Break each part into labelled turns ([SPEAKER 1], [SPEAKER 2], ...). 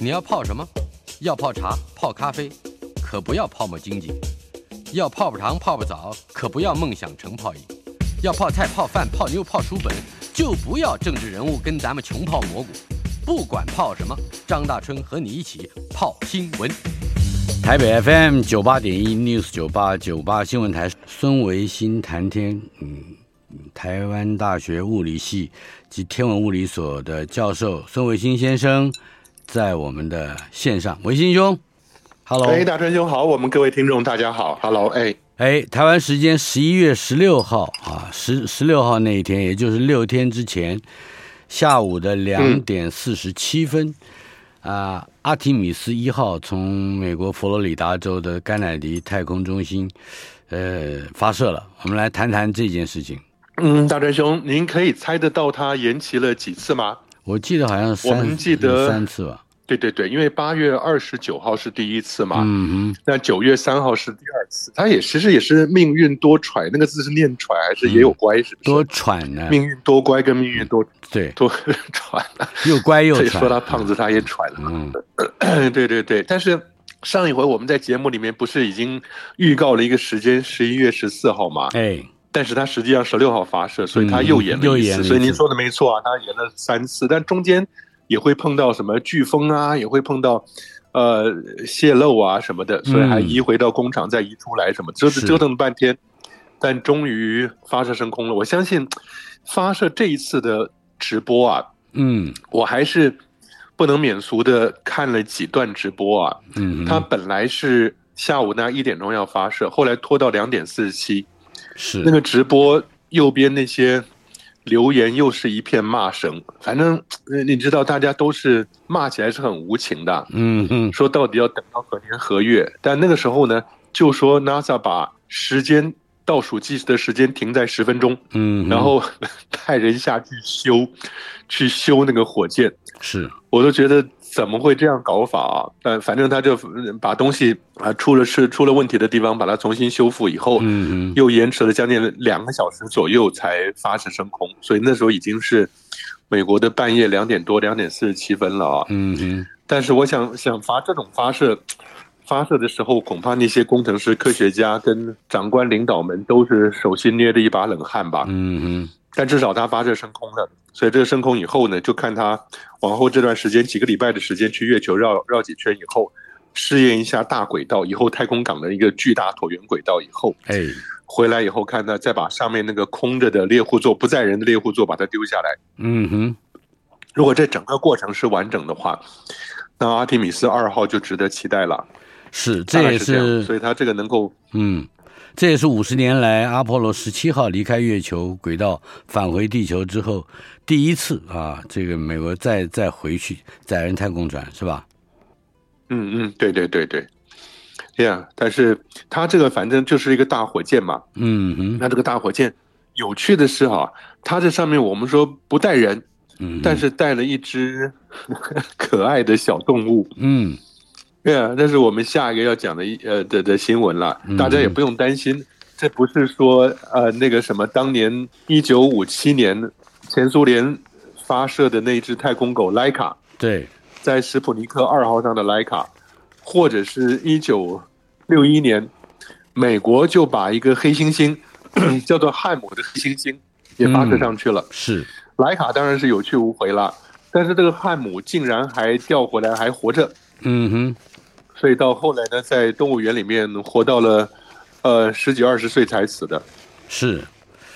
[SPEAKER 1] 你要泡什么？要泡茶、泡咖啡，可不要泡沫经济；要泡泡糖、泡泡澡，可不要梦想成泡影；要泡菜、泡饭、泡妞、泡书本，就不要政治人物跟咱们穷泡蘑菇。不管泡什么，张大春和你一起泡新闻。
[SPEAKER 2] 台北 FM 九八点一 News 九八九八新闻台，孙维新谈天，嗯，台湾大学物理系及天文物理所的教授孙维新先生，在我们的线上，维新兄，Hello，
[SPEAKER 3] 哎，大川兄好，我们各位听众大家好，Hello，哎，
[SPEAKER 2] 哎，台湾时间十一月十六号啊，十十六号那一天，也就是六天之前下午的
[SPEAKER 3] 嗯
[SPEAKER 2] 两点四十七分。啊，阿提米斯一号从美国佛罗里达州的甘乃迪太空中心，呃，发射了。我们来谈谈这件事情。
[SPEAKER 3] 嗯，大川兄，您可以猜得到它延期了几次吗？
[SPEAKER 2] 我记得好像三嗯
[SPEAKER 3] 我们记得
[SPEAKER 2] 三次吧。
[SPEAKER 3] 对对对，因为八月二十九号是第一次嘛，
[SPEAKER 2] 嗯
[SPEAKER 3] 那九月三号是第二次，它也其实也是命运多舛，那个字是念舛还是也有乖？是
[SPEAKER 2] 哼，
[SPEAKER 3] 不是？
[SPEAKER 2] 多喘呢、
[SPEAKER 3] 命运多乖跟命运多
[SPEAKER 2] 对，
[SPEAKER 3] 多舛 啊，
[SPEAKER 2] 又乖又
[SPEAKER 3] 所以
[SPEAKER 2] 喘。
[SPEAKER 3] 说他胖子他也喘了。
[SPEAKER 2] 嗯，
[SPEAKER 3] 对对对，但是上一回我们在节目里面不是已经预告了一个时间，十一月十四号嘛？
[SPEAKER 2] 哎，
[SPEAKER 3] 但是它实际上十六号发射，所以它又演
[SPEAKER 2] 嗯又
[SPEAKER 3] 了一
[SPEAKER 2] 演
[SPEAKER 3] 次。
[SPEAKER 2] 了一
[SPEAKER 3] 所以您
[SPEAKER 2] 次
[SPEAKER 3] 说的没错啊，它演了三次，但中间也会碰到什么飓风啊，也会碰到呃泄漏啊什么的，所以还
[SPEAKER 2] 嗯
[SPEAKER 3] 移回到工厂再移出来什么，折腾
[SPEAKER 2] 是
[SPEAKER 3] 折腾了半天，但终于发射升空了。我相信发射这一次的直播啊，
[SPEAKER 2] 嗯
[SPEAKER 3] 我还是不能免俗的看了几段直播啊。
[SPEAKER 2] 嗯，
[SPEAKER 3] 它本来是下午那一点钟要发射，后来拖到两点四十七。
[SPEAKER 2] 是
[SPEAKER 3] 那个直播右边那些留言又是一片骂声，反正呃你知道，大家都是骂起来是很无情的，
[SPEAKER 2] 嗯哼，
[SPEAKER 3] 说到底要等到何年何月。但那个时候呢，就说 NASA 把时间倒数计时的时间停在十分钟，
[SPEAKER 2] 嗯哼，
[SPEAKER 3] 然后 派人下去修，去修那个火箭。
[SPEAKER 2] 是
[SPEAKER 3] 我都觉得怎么会这样搞法啊？但反正他就嗯把东西啊出了是出了问题的地方，把它重新修复以后，
[SPEAKER 2] 嗯哼，
[SPEAKER 3] 又延迟了将近两个小时左右才发射升空，所以那时候已经是美国的半夜两点多，两点四十七分了啊。
[SPEAKER 2] 嗯哼，
[SPEAKER 3] 但是我想想发这种发射，发射的时候，恐怕那些工程师、科学家跟长官领导们都是手心捏着一把冷汗吧。
[SPEAKER 2] 嗯哼，
[SPEAKER 3] 但至少它发射升空了，所以这个升空以后呢，就看它往后这段时间几个礼拜的时间去月球绕绕几圈以后，试验一下大轨道以后太空港的一个巨大椭圆轨道以后，
[SPEAKER 2] 哎，
[SPEAKER 3] 回来以后看它再把上面那个空着的猎户座不在人的猎户座把它丢下来。
[SPEAKER 2] 嗯哼，
[SPEAKER 3] 如果这整个过程是完整的话，那阿提米斯二号就值得期待了。
[SPEAKER 2] 是，
[SPEAKER 3] 大
[SPEAKER 2] 这
[SPEAKER 3] 概
[SPEAKER 2] 也
[SPEAKER 3] 是这样，
[SPEAKER 2] 是
[SPEAKER 3] 所以它这个能够
[SPEAKER 2] 嗯，这也是五十年来阿波罗十七号离开月球轨道返回地球之后第一次啊，这个美国再再回去载人太空船是吧？
[SPEAKER 3] 嗯嗯，对对对对，呀、yeah,，但是它这个反正就是一个大火箭嘛，
[SPEAKER 2] 嗯哼，
[SPEAKER 3] 那这个大火箭有趣的是哈、它这上面我们说不带人，
[SPEAKER 2] 嗯哼，
[SPEAKER 3] 但是带了一只 可爱的小动物。
[SPEAKER 2] 嗯
[SPEAKER 3] 对啊，那是我们下一个要讲的一呃的的新闻了，大家也不用担心，这不是说呃那个什么，当年一九五七年前苏联发射的那只太空狗莱卡，
[SPEAKER 2] 对，
[SPEAKER 3] 在史普尼克二号上的莱卡，或者是一九六一年，美国就把一个黑猩猩叫做汉姆的黑猩猩也发射上去了。
[SPEAKER 2] 是，
[SPEAKER 3] 莱卡当然是有去无回了，但是这个汉姆竟然还调回来，还活着。
[SPEAKER 2] 嗯哼，
[SPEAKER 3] 所以到后来呢，在动物园里面活到了，呃，十几二十岁才死的。
[SPEAKER 2] 是，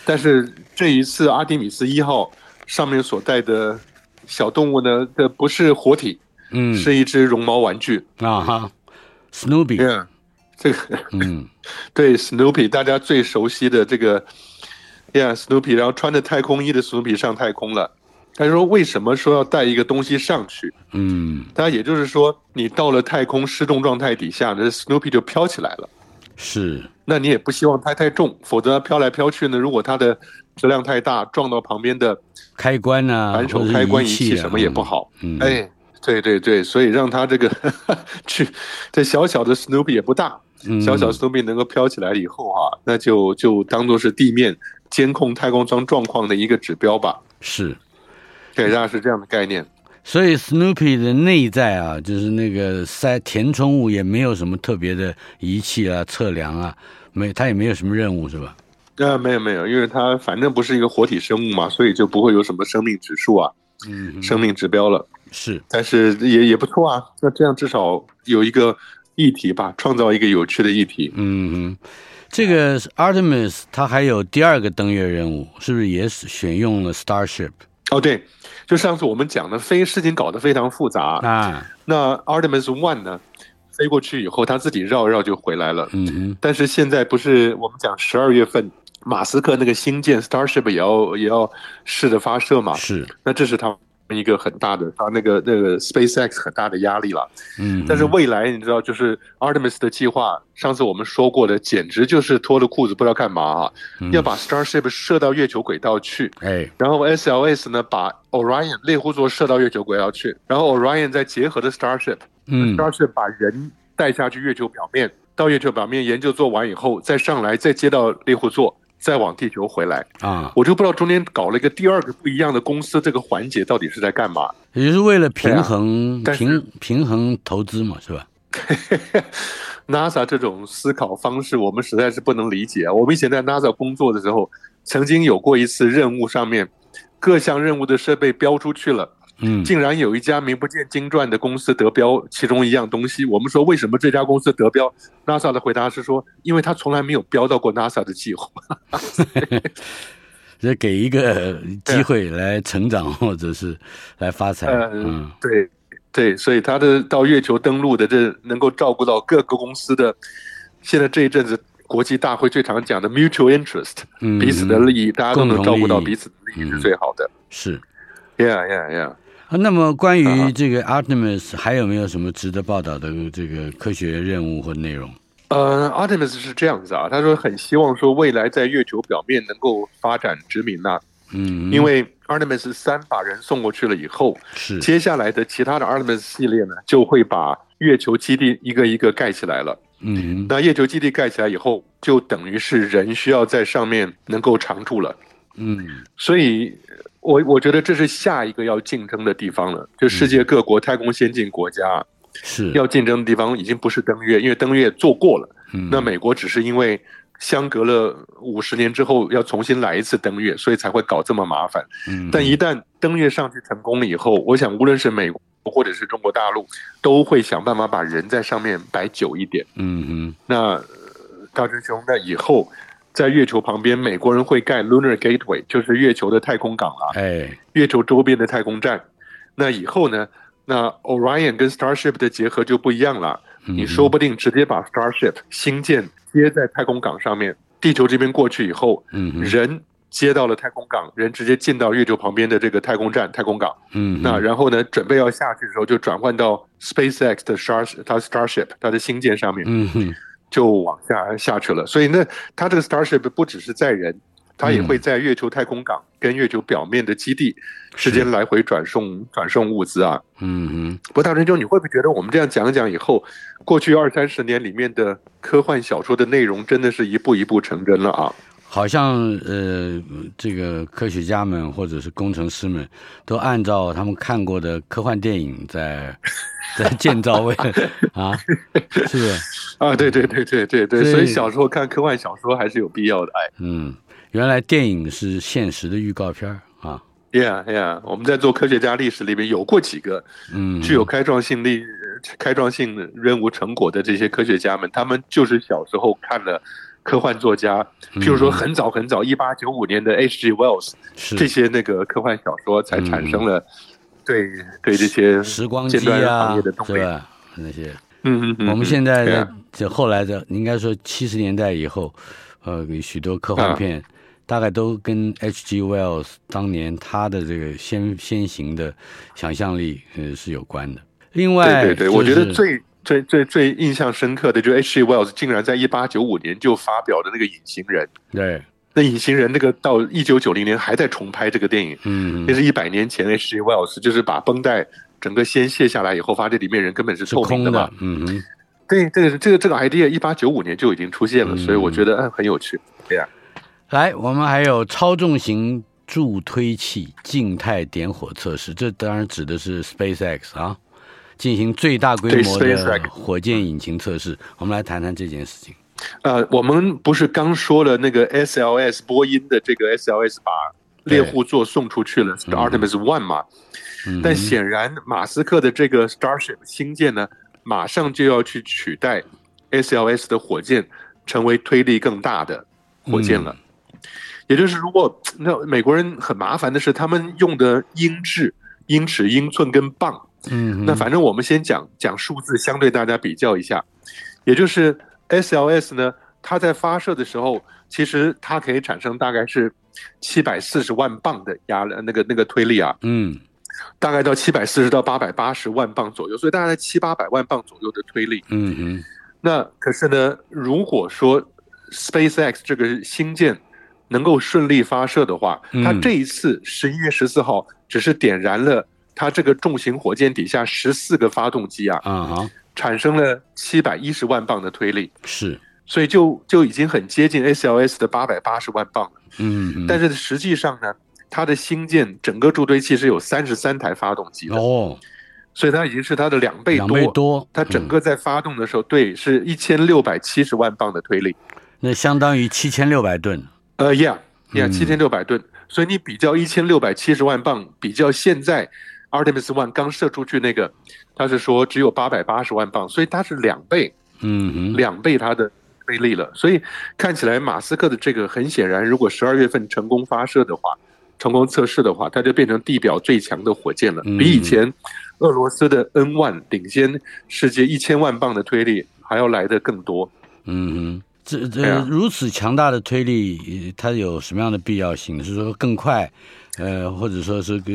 [SPEAKER 3] 但是这一次阿提米斯一号上面所带的小动物呢，这不是活体，
[SPEAKER 2] 嗯
[SPEAKER 3] 是一只绒毛玩具。
[SPEAKER 2] 啊哈，Snoopy，
[SPEAKER 3] 嗯，这个
[SPEAKER 2] 嗯
[SPEAKER 3] 对 Snoopy 大家最熟悉的这个，呀、yeah,，Snoopy，然后穿着太空衣的 Snoopy 上太空了。他说为什么说要带一个东西上去？
[SPEAKER 2] 嗯，
[SPEAKER 3] 他也就是说，你到了太空失重状态底下，这 Snoopy 就飘起来了。
[SPEAKER 2] 是，
[SPEAKER 3] 那你也不希望它太重，否则飘来飘去呢，如果它的质量太大，撞到旁边的
[SPEAKER 2] 开关呐、
[SPEAKER 3] 扳
[SPEAKER 2] 啊或
[SPEAKER 3] 手、
[SPEAKER 2] 者
[SPEAKER 3] 开关、
[SPEAKER 2] 仪
[SPEAKER 3] 仪
[SPEAKER 2] 器
[SPEAKER 3] 器
[SPEAKER 2] 啊
[SPEAKER 3] 什么也不。好。
[SPEAKER 2] 嗯，嗯，
[SPEAKER 3] 哎，对对对，所以让它这个 去，这小小的 Snoopy 也不大，小小
[SPEAKER 2] 嗯
[SPEAKER 3] Snoopy 能够飘起来以后啊，那就就当做是地面监控太空舱状况的一个指标吧。
[SPEAKER 2] 是。
[SPEAKER 3] 对，大概是这样的概念。
[SPEAKER 2] 所以 Snoopy 的内在啊，就是那个塞填充物也没有什么特别的仪器啊、测量啊，没它也没有什么任务是吧？
[SPEAKER 3] 呃，没有没有，因为它反正不是一个活体生物嘛，所以就不会有什么生命指数啊、
[SPEAKER 2] 嗯，
[SPEAKER 3] 生命指标了。
[SPEAKER 2] 是
[SPEAKER 3] 但是也也不错啊，那这样至少有一个议题吧，创造一个有趣的议题。
[SPEAKER 2] 嗯哼，这个 Artemis 它还有第二个登月任务，是不是也是选用了 Starship
[SPEAKER 3] 哦，对，就上次我们讲的，非事情搞得非常复杂。
[SPEAKER 2] 啊？
[SPEAKER 3] 那 Artemis One 呢，飞过去以后，它自己绕一绕就回来了。
[SPEAKER 2] 嗯哼，
[SPEAKER 3] 但是现在不是我们讲十二月份，马斯克那个星舰 Starship 也要也要试着发射嘛？
[SPEAKER 2] 是，
[SPEAKER 3] 那这是他们一个很大的，他那个那个 SpaceX 很大的压力了。
[SPEAKER 2] 嗯，
[SPEAKER 3] 但是未来你知道，就是 Artemis 的计划，上次我们说过的，简直就是脱了裤子不知道干嘛啊！要把 Starship 射到月球轨道去，
[SPEAKER 2] 嗯哎，
[SPEAKER 3] 然后 SLS 呢把 Orion 猎户座射到月球轨道去，然后 Orion 再结合的 Starship，Starship
[SPEAKER 2] 嗯，
[SPEAKER 3] 把人带下去月球表面，到月球表面研究做完以后，再上来，再接到猎户座，再往地球回来。
[SPEAKER 2] 啊，
[SPEAKER 3] 我就不知道中间搞了一个第二个不一样的公司，这个环节到底是在干嘛？
[SPEAKER 2] 也就是为了平衡、
[SPEAKER 3] 对啊但是
[SPEAKER 2] 平平衡投资嘛，是吧？
[SPEAKER 3] NASA 这种思考方式，我们实在是不能理解。啊我们以前在 NASA 工作的时候，曾经有过一次任务，上面各项任务的设备标出去了，
[SPEAKER 2] 嗯，
[SPEAKER 3] 竟然有一家名不见经传的公司得标其中一样东西。我们说为什么这家公司得标？NASA 的回答是说，因为他从来没有标到过 NASA 的计划。
[SPEAKER 2] 这给一个机会来成长或者是来发财，
[SPEAKER 3] 呃
[SPEAKER 2] 嗯，
[SPEAKER 3] 对对，所以他的到月球登陆的这能够照顾到各个公司的，现在这一阵子国际大会最常讲的 mutual interest，、
[SPEAKER 2] 嗯
[SPEAKER 3] 彼此的利益，大家都能照顾到彼此的利益嗯是最好的。
[SPEAKER 2] 是。
[SPEAKER 3] Yeah, yeah, yeah。
[SPEAKER 2] 啊那么关于
[SPEAKER 3] 啊
[SPEAKER 2] 这个 Artemis 还有没有什么值得报道的这个科学任务或内容？
[SPEAKER 3] 呃，Artemis 是这样子啊，他说很希望说未来在月球表面能够发展殖民啊呐、
[SPEAKER 2] 嗯，
[SPEAKER 3] 因为 Artemis 三把人送过去了以后，
[SPEAKER 2] 是
[SPEAKER 3] 接下来的其他的 Artemis 系列呢，就会把月球基地一个一个盖起来了。
[SPEAKER 2] 嗯
[SPEAKER 3] 那月球基地盖起来以后，就等于是人需要在上面能够常住了。
[SPEAKER 2] 嗯
[SPEAKER 3] 所以，呃我我觉得这是下一个要竞争的地方了。就世界各国太空先进国家
[SPEAKER 2] 是
[SPEAKER 3] 要竞争的地方，已经不是登月，因为登月做过了。
[SPEAKER 2] 嗯
[SPEAKER 3] 那美国只是因为相隔了五十年之后要重新来一次登月，所以才会搞这么麻烦。
[SPEAKER 2] 嗯
[SPEAKER 3] 但一旦登月上去成功了以后，我想无论是美国或者是中国大陆，都会想办法把人在上面摆久一点。
[SPEAKER 2] 嗯嗯
[SPEAKER 3] 那呃大真兄，那以后在月球旁边，美国人会盖 Lunar Gateway，就是月球的太空港啊，
[SPEAKER 2] 哎
[SPEAKER 3] 月球周边的太空站。那以后呢？那 Orion 跟 Starship 的结合就不一样了。
[SPEAKER 2] 嗯
[SPEAKER 3] 你说不定直接把 Starship 星舰接在太空港上面，地球这边过去以后，
[SPEAKER 2] 嗯嗯
[SPEAKER 3] 人接到了太空港，人直接进到月球旁边的这个太空站、太空港。
[SPEAKER 2] 嗯
[SPEAKER 3] 那然后呢，准备要下去的时候，就转换到 SpaceX 的 Star 它 Starship 它的星舰上面。
[SPEAKER 2] 嗯哼
[SPEAKER 3] 就往下下去了。所以呢，它这个 Starship 不只是载人，它也
[SPEAKER 2] 嗯
[SPEAKER 3] 会在月球太空港跟月球表面的基地之间来回转送转送物资啊。
[SPEAKER 2] 嗯
[SPEAKER 3] 不过大春兄，你会不会觉得我们这样讲一讲以后，过去二三十年里面的科幻小说的内容真的是一步一步成真了啊？
[SPEAKER 2] 哼，好像呃这个科学家们或者是工程师们都按照他们看过的科幻电影 在在建造位啊，是不是？
[SPEAKER 3] 啊，对对对对对对，
[SPEAKER 2] 对
[SPEAKER 3] 所以小时候看科幻小说还是有必要的。哎
[SPEAKER 2] 嗯，原来电影是现实的预告片儿啊，
[SPEAKER 3] ，Yeah Yeah，我们在做科学家历史里面有过几个
[SPEAKER 2] 嗯，
[SPEAKER 3] 具有开创性力、呃开创性任务成果的这些科学家们，他们就是小时候看了科幻作家，
[SPEAKER 2] 嗯
[SPEAKER 3] 譬如说很早很早，一八九五年的 H.G. Wells
[SPEAKER 2] 是嗯
[SPEAKER 3] 这些那个科幻小说，才产生了对、对这些
[SPEAKER 2] 时光
[SPEAKER 3] 尖
[SPEAKER 2] 机
[SPEAKER 3] 端
[SPEAKER 2] 啊
[SPEAKER 3] 行业的，动
[SPEAKER 2] 是
[SPEAKER 3] 力。
[SPEAKER 2] 吧？那些
[SPEAKER 3] 嗯嗯嗯，
[SPEAKER 2] 我们现
[SPEAKER 3] 嗯对
[SPEAKER 2] 在
[SPEAKER 3] 啊啊
[SPEAKER 2] 这后来的，应该说七十年代以后，呃，有许多科幻片，大概都跟 H.G. Wells 当年他的这个先先行的想象力呃是有关的。另外，
[SPEAKER 3] 对对对，我觉得最最最最印象深刻的就是 H.G. Wells 竟然在一八九五年就发表的那个《隐形人》，
[SPEAKER 2] 对，
[SPEAKER 3] 那《隐形人》那个到一九九零年还在重拍这个电影，
[SPEAKER 2] 嗯
[SPEAKER 3] 那，是一百年前 H.G. Wells 就是把绷带整个先卸下来以后，发现里面人根本是
[SPEAKER 2] 是
[SPEAKER 3] 透明
[SPEAKER 2] 空
[SPEAKER 3] 的嘛。，
[SPEAKER 2] 嗯哼。
[SPEAKER 3] 对，这个这个这个 idea 一八九五年就已经出现了，所以我觉得嗯很有趣。对呀、
[SPEAKER 2] 来，我们还有超重型助推器静态点火测试，这当然指的是 SpaceX 啊，进行最大规模
[SPEAKER 3] 对
[SPEAKER 2] 的
[SPEAKER 3] ，SpaceX
[SPEAKER 2] 火箭引擎测试。我们来谈谈这件事情。
[SPEAKER 3] 呃，我们不是刚说了那个 SLS 波音的这个 SLS 把
[SPEAKER 2] 对
[SPEAKER 3] 猎户座送出去了是，Artemis One 嘛？
[SPEAKER 2] 嗯哼
[SPEAKER 3] 但显然，马斯克的这个 Starship 星舰呢，马上就要去取代 SLS 的火箭，成为推力更大的火箭
[SPEAKER 2] 嗯
[SPEAKER 3] 了。也就是，如果那美国人很麻烦的是，他们用的英制、英尺、英寸跟磅，
[SPEAKER 2] 嗯哼，
[SPEAKER 3] 那反正我们先讲讲数字，相对大家比较一下，也就是 SLS 呢，它在发射的时候，其实它可以产生大概是七百四十万磅的压力，那个那个推力啊，
[SPEAKER 2] 嗯
[SPEAKER 3] 大概到七百四十到八百八十万磅左右，所以大概在七八百万磅左右的推力。
[SPEAKER 2] 嗯哼
[SPEAKER 3] 那可是呢，如果说 SpaceX 这个星舰能够顺利发射的话，
[SPEAKER 2] 嗯
[SPEAKER 3] 它这一次十一月十四号只是点燃了它这个重型火箭底下十四个发动机啊，
[SPEAKER 2] 啊哈
[SPEAKER 3] 产生了七百一十万磅的推力，
[SPEAKER 2] 是
[SPEAKER 3] 所以就就已经很接近 SLS 的八百八十万磅了。
[SPEAKER 2] 嗯哼，
[SPEAKER 3] 但是实际上呢，它的星舰整个助推器是有三十三台发动机的，
[SPEAKER 2] 哦
[SPEAKER 3] 所以它已经是它的两倍
[SPEAKER 2] 两倍多，嗯
[SPEAKER 3] 它整个在发动的时候，对，是一千六百七十万磅的推力。
[SPEAKER 2] 嗯那相当于七千六百吨。
[SPEAKER 3] 呃，yeah，yeah，
[SPEAKER 2] 嗯
[SPEAKER 3] 七千六百吨。所以你比较一千六百七十万磅，比较现在 Artemis One 刚射出去那个，它是说只有八百八十万磅，所以它是两倍。
[SPEAKER 2] 嗯哼，
[SPEAKER 3] 两倍它的推力了。所以看起来马斯克的这个很显然，如果十二月份成功发射的话，成功测试的话，它就变成地表最强的火箭了，
[SPEAKER 2] 嗯
[SPEAKER 3] 比以前俄罗斯的 N 万领先世界一千万磅的推力还要来得更多。
[SPEAKER 2] 嗯哼。这
[SPEAKER 3] 对
[SPEAKER 2] 这
[SPEAKER 3] 啊
[SPEAKER 2] 如此强大的推力，呃它有什么样的必要性？是说更快，呃，或者说是个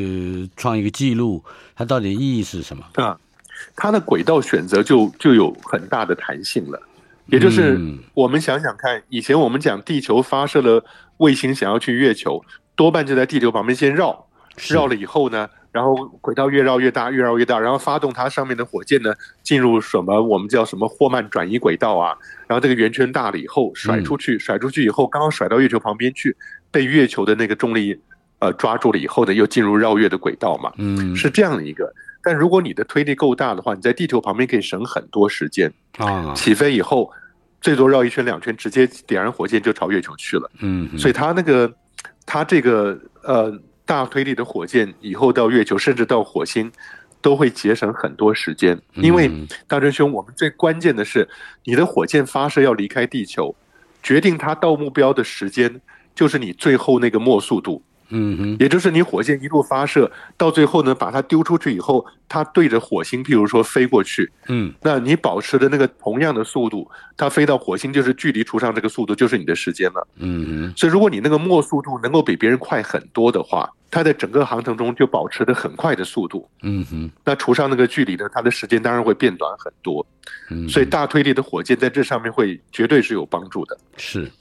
[SPEAKER 2] 创一个记录，它到底意义是什么？
[SPEAKER 3] 啊，它的轨道选择就就有很大的弹性了。也就是
[SPEAKER 2] 嗯
[SPEAKER 3] 我们想想看，以前我们讲地球发射了卫星想要去月球，多半就在地球旁边先绕，
[SPEAKER 2] 是
[SPEAKER 3] 绕了以后呢，然后轨道越绕越大，越绕越大，然后发动它上面的火箭呢，进入什么我们叫什么霍曼转移轨道啊，然后这个圆圈大了以后甩
[SPEAKER 2] 嗯
[SPEAKER 3] 出去，甩出去以后刚好甩到月球旁边去，被月球的那个重力呃抓住了以后呢，又进入绕月的轨道嘛。
[SPEAKER 2] 嗯，
[SPEAKER 3] 是这样的一个。但如果你的推力够大的话，你在地球旁边可以省很多时间。
[SPEAKER 2] 啊，
[SPEAKER 3] 起飞以后，最多绕一圈两圈，直接点燃火箭就朝月球去了。
[SPEAKER 2] 嗯哼，
[SPEAKER 3] 所以它那个，它这个呃大推力的火箭以后到月球，甚至到火星，都会节省很多时间。因为
[SPEAKER 2] 嗯
[SPEAKER 3] 大真兄，我们最关键的是，你的火箭发射要离开地球，决定它到目标的时间，就是你最后那个末速度。
[SPEAKER 2] 嗯哼，
[SPEAKER 3] 也就是你火箭一路发射到最后呢，把它丢出去以后，它对着火星，譬如说飞过去，
[SPEAKER 2] 嗯
[SPEAKER 3] 那你保持的那个同样的速度，它飞到火星就是距离除上这个速度就是你的时间了。
[SPEAKER 2] 嗯
[SPEAKER 3] 所以如果你那个末速度能够比别人快很多的话，它在整个航程中就保持着很快的速度。
[SPEAKER 2] 哼，嗯哼，
[SPEAKER 3] 那除上那个距离呢，它的时间当然会变短很多。
[SPEAKER 2] 嗯，
[SPEAKER 3] 所以大推力的火箭在这上面会绝对是有帮助的。
[SPEAKER 2] 是，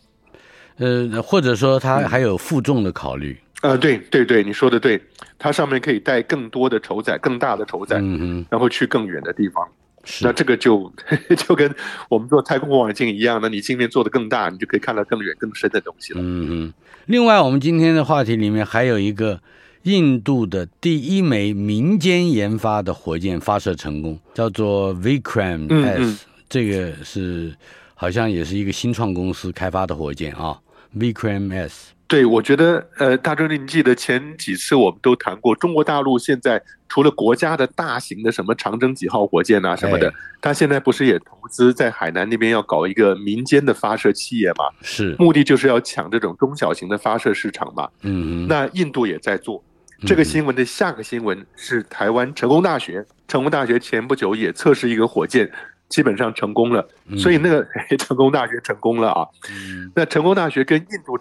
[SPEAKER 2] 呃，或者说它还有负重的考虑，
[SPEAKER 3] 呃，对对对，你说的对，它上面可以带更多的筹载，更大的筹载，
[SPEAKER 2] 嗯哼，
[SPEAKER 3] 然后去更远的地方。那
[SPEAKER 2] 是，
[SPEAKER 3] 这个就 就跟我们做太空望远镜一样，那你镜面做得更大，你就可以看到更远、更深的东西了。
[SPEAKER 2] 嗯哼。另外，我们今天的话题里面还有一个印度的第一枚民间研发的火箭发射成功，叫做 Vikram
[SPEAKER 3] 嗯
[SPEAKER 2] S，、
[SPEAKER 3] 嗯
[SPEAKER 2] 这个是好像也是一个新创公司开发的火箭啊，Vikram S。
[SPEAKER 3] 对，我觉得，呃，大周，你记得前几次我们都谈过，中国大陆现在除了国家的大型的什么长征几号火箭啊什么的
[SPEAKER 2] 哎，
[SPEAKER 3] 它现在不是也投资在海南那边要搞一个民间的发射企业嘛？
[SPEAKER 2] 是，
[SPEAKER 3] 目的就是要抢这种中小型的发射市场嘛。
[SPEAKER 2] 嗯哼，嗯
[SPEAKER 3] 那印度也在做。这个新闻的下个新闻是台湾成功大学，成功大学前不久也测试一个火箭，基本上成功
[SPEAKER 2] 嗯
[SPEAKER 3] 了，所以那个、成功大学成功了啊。那成功大学跟印度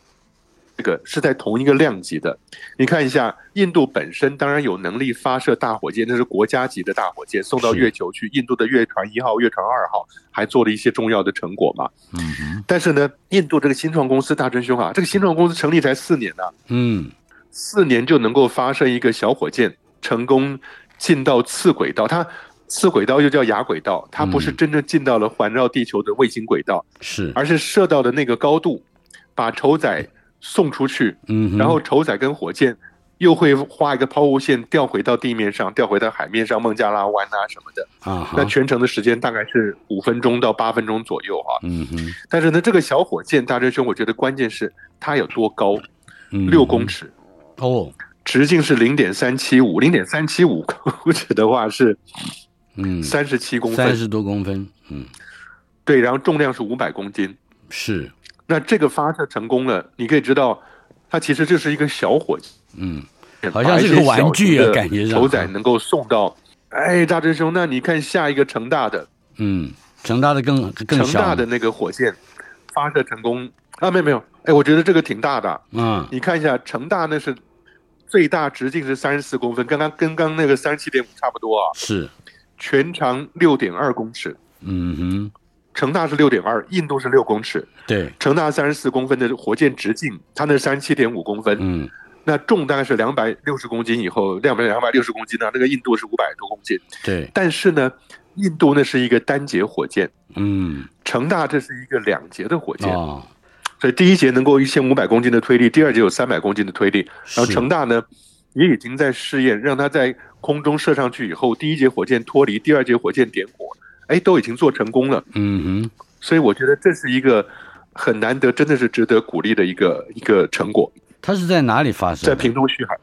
[SPEAKER 3] 个是在同一个量级的。你看一下，印度本身当然有能力发射大火箭，那是国家级的大火箭，送到
[SPEAKER 2] 是
[SPEAKER 3] 月球去。印度的月船一号、月船二号还做了一些重要的成果嘛。
[SPEAKER 2] 嗯哼
[SPEAKER 3] 但是呢，印度这个新创公司大真兄啊，这个新创公司成立才四年呢、
[SPEAKER 2] 嗯
[SPEAKER 3] 四年就能够发射一个小火箭，成功进到次轨道。它次轨道又叫亚轨道，它不是
[SPEAKER 2] 嗯
[SPEAKER 3] 真正进到了环绕地球的卫星轨道，
[SPEAKER 2] 是，
[SPEAKER 3] 而是射到的那个高度，把丑仔送出去，
[SPEAKER 2] 嗯哼，
[SPEAKER 3] 然后丑仔跟火箭又会画一个抛物线，掉回到地面上，掉回到海面上，孟加拉湾啊什么的。
[SPEAKER 2] 啊
[SPEAKER 3] 那
[SPEAKER 2] 哈，
[SPEAKER 3] 全程的时间大概是五分钟到八分钟左右啊。
[SPEAKER 2] 嗯哼，
[SPEAKER 3] 但是呢，这个小火箭大真兄，我觉得关键是它有多高，
[SPEAKER 2] 嗯
[SPEAKER 3] 六公尺。
[SPEAKER 2] 哦，
[SPEAKER 3] 直径是零点三七五，零点三七五 公尺的话是
[SPEAKER 2] 嗯，
[SPEAKER 3] 三十七公
[SPEAKER 2] 三
[SPEAKER 3] 分，
[SPEAKER 2] 十多公分，嗯，
[SPEAKER 3] 对，然后重量是五百公斤。
[SPEAKER 2] 是，
[SPEAKER 3] 那这个发射成功了，你可以知道，它其实就是一个小火箭，
[SPEAKER 2] 嗯，好像是个
[SPEAKER 3] 把一些
[SPEAKER 2] 玩具啊
[SPEAKER 3] 小型的
[SPEAKER 2] 感觉上
[SPEAKER 3] 丑仔能够送到。哎，大真兄，那你看下一个成大的，
[SPEAKER 2] 嗯，成大的更更
[SPEAKER 3] 成
[SPEAKER 2] 小，
[SPEAKER 3] 大的那个火箭发射成功啊？没有没有，哎，我觉得这个挺大的啊，
[SPEAKER 2] 嗯
[SPEAKER 3] 你看一下成大那是最大直径是三十四公分，刚刚跟刚那个三十七点五差不多啊。
[SPEAKER 2] 是，
[SPEAKER 3] 全长六点二公尺，
[SPEAKER 2] 嗯
[SPEAKER 3] 成大是六点二，印度是六公尺，
[SPEAKER 2] 哼，对，
[SPEAKER 3] 成大三十四公分的火箭直径，它那是三十七点五公分，
[SPEAKER 2] 嗯
[SPEAKER 3] 那重大概是两百六十公斤以后，两百两百六十公斤呢、那个印度是五百多公斤，
[SPEAKER 2] 对，
[SPEAKER 3] 但是呢，印度那是一个单节火箭，
[SPEAKER 2] 嗯
[SPEAKER 3] 成大这是一个两节的火箭，
[SPEAKER 2] 哦，
[SPEAKER 3] 所以第一节能够一千五百公斤的推力，第二节有三百公斤的推力，然后
[SPEAKER 2] 是
[SPEAKER 3] 成大呢也已经在试验，让它在空中射上去以后，第一节火箭脱离，第二节火箭点火，哎，都已经做成功了。
[SPEAKER 2] 嗯哼，
[SPEAKER 3] 所以我觉得这是一个很难得，真的是值得鼓励的一个一个成果，
[SPEAKER 2] 它是在哪里发生的？
[SPEAKER 3] 在屏东旭海。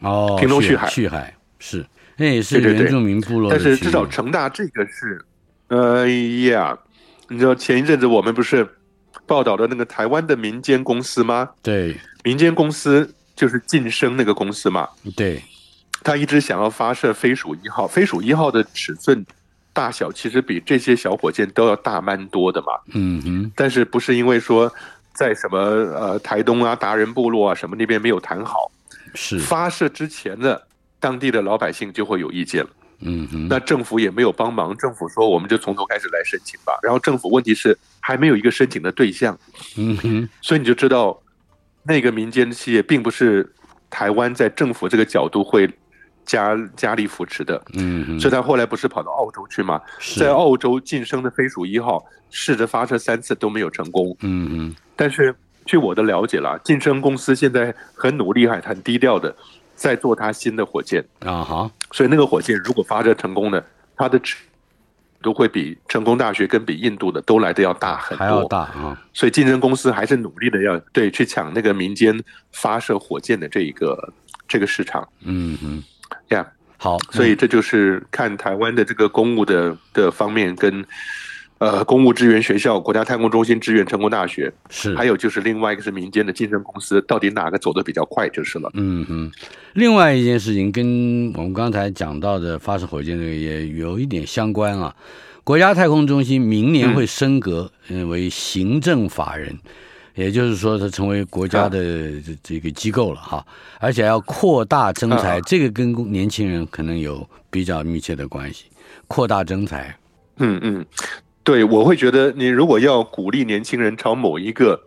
[SPEAKER 2] 哦，
[SPEAKER 3] 屏东
[SPEAKER 2] 旭
[SPEAKER 3] 旭海
[SPEAKER 2] 旭海是，那也是
[SPEAKER 3] 对对对
[SPEAKER 2] 原住民部落的
[SPEAKER 3] 但
[SPEAKER 2] 区域，
[SPEAKER 3] 是至少成大这个是，呃呀，你知道前一阵子我们不是报道的那个台湾的民间公司吗？
[SPEAKER 2] 对
[SPEAKER 3] 民间公司就是晋升那个公司嘛，
[SPEAKER 2] 对，
[SPEAKER 3] 他一直想要发射飞鼠一号，飞鼠一号的尺寸大小其实比这些小火箭都要大蛮多的嘛。
[SPEAKER 2] 嗯哼，
[SPEAKER 3] 但是不是因为说在什么呃台东啊达人部落啊什么那边没有谈好，
[SPEAKER 2] 是，
[SPEAKER 3] 发射之前呢，当地的老百姓就会有意见了。
[SPEAKER 2] 嗯哼，
[SPEAKER 3] 那政府也没有帮忙，政府说我们就从头开始来申请吧。然后政府问题是还没有一个申请的对象，
[SPEAKER 2] 嗯哼，
[SPEAKER 3] 所以你就知道那个民间企业并不是台湾在政府这个角度会加加力扶持的。
[SPEAKER 2] 嗯哼，
[SPEAKER 3] 所以他后来不是跑到澳洲去吗？
[SPEAKER 2] 是
[SPEAKER 3] 在澳洲晋升的飞鼠一号试着发射三次都没有成功，
[SPEAKER 2] 嗯
[SPEAKER 3] 但是据我的了解啦，晋升公司现在很努力，还很低调的在做它新的火箭，
[SPEAKER 2] 哼，啊哈，
[SPEAKER 3] 所以那个火箭如果发射成功呢，它的尺都会比成功大学跟比印度的都来的要大很
[SPEAKER 2] 还要
[SPEAKER 3] 多，
[SPEAKER 2] 大啊，
[SPEAKER 3] 所以竞争公司还是努力的要对去抢那个民间发射火箭的这一个这个市场
[SPEAKER 2] 嗯哼，
[SPEAKER 3] 呀。
[SPEAKER 2] 好，
[SPEAKER 3] 所以这就是看台湾的这个公务的的方面跟。呃，公务支援学校、国家太空中心支援成功大学，
[SPEAKER 2] 是
[SPEAKER 3] 还有就是另外一个是民间的竞争公司，到底哪个走得比较快就是了。
[SPEAKER 2] 嗯哼，另外一件事情跟我们刚才讲到的发射火箭这个也有一点相关啊。国家太空中心明年
[SPEAKER 3] 嗯
[SPEAKER 2] 会升格呃为行政法人，也就是说它成为国
[SPEAKER 3] 啊
[SPEAKER 2] 家的这这个机构了哈，而且要扩大征才，
[SPEAKER 3] 啊
[SPEAKER 2] 这个跟年轻人可能有比较密切的关系。扩大征才，
[SPEAKER 3] 嗯嗯，对，我会觉得你如果要鼓励年轻人朝某一个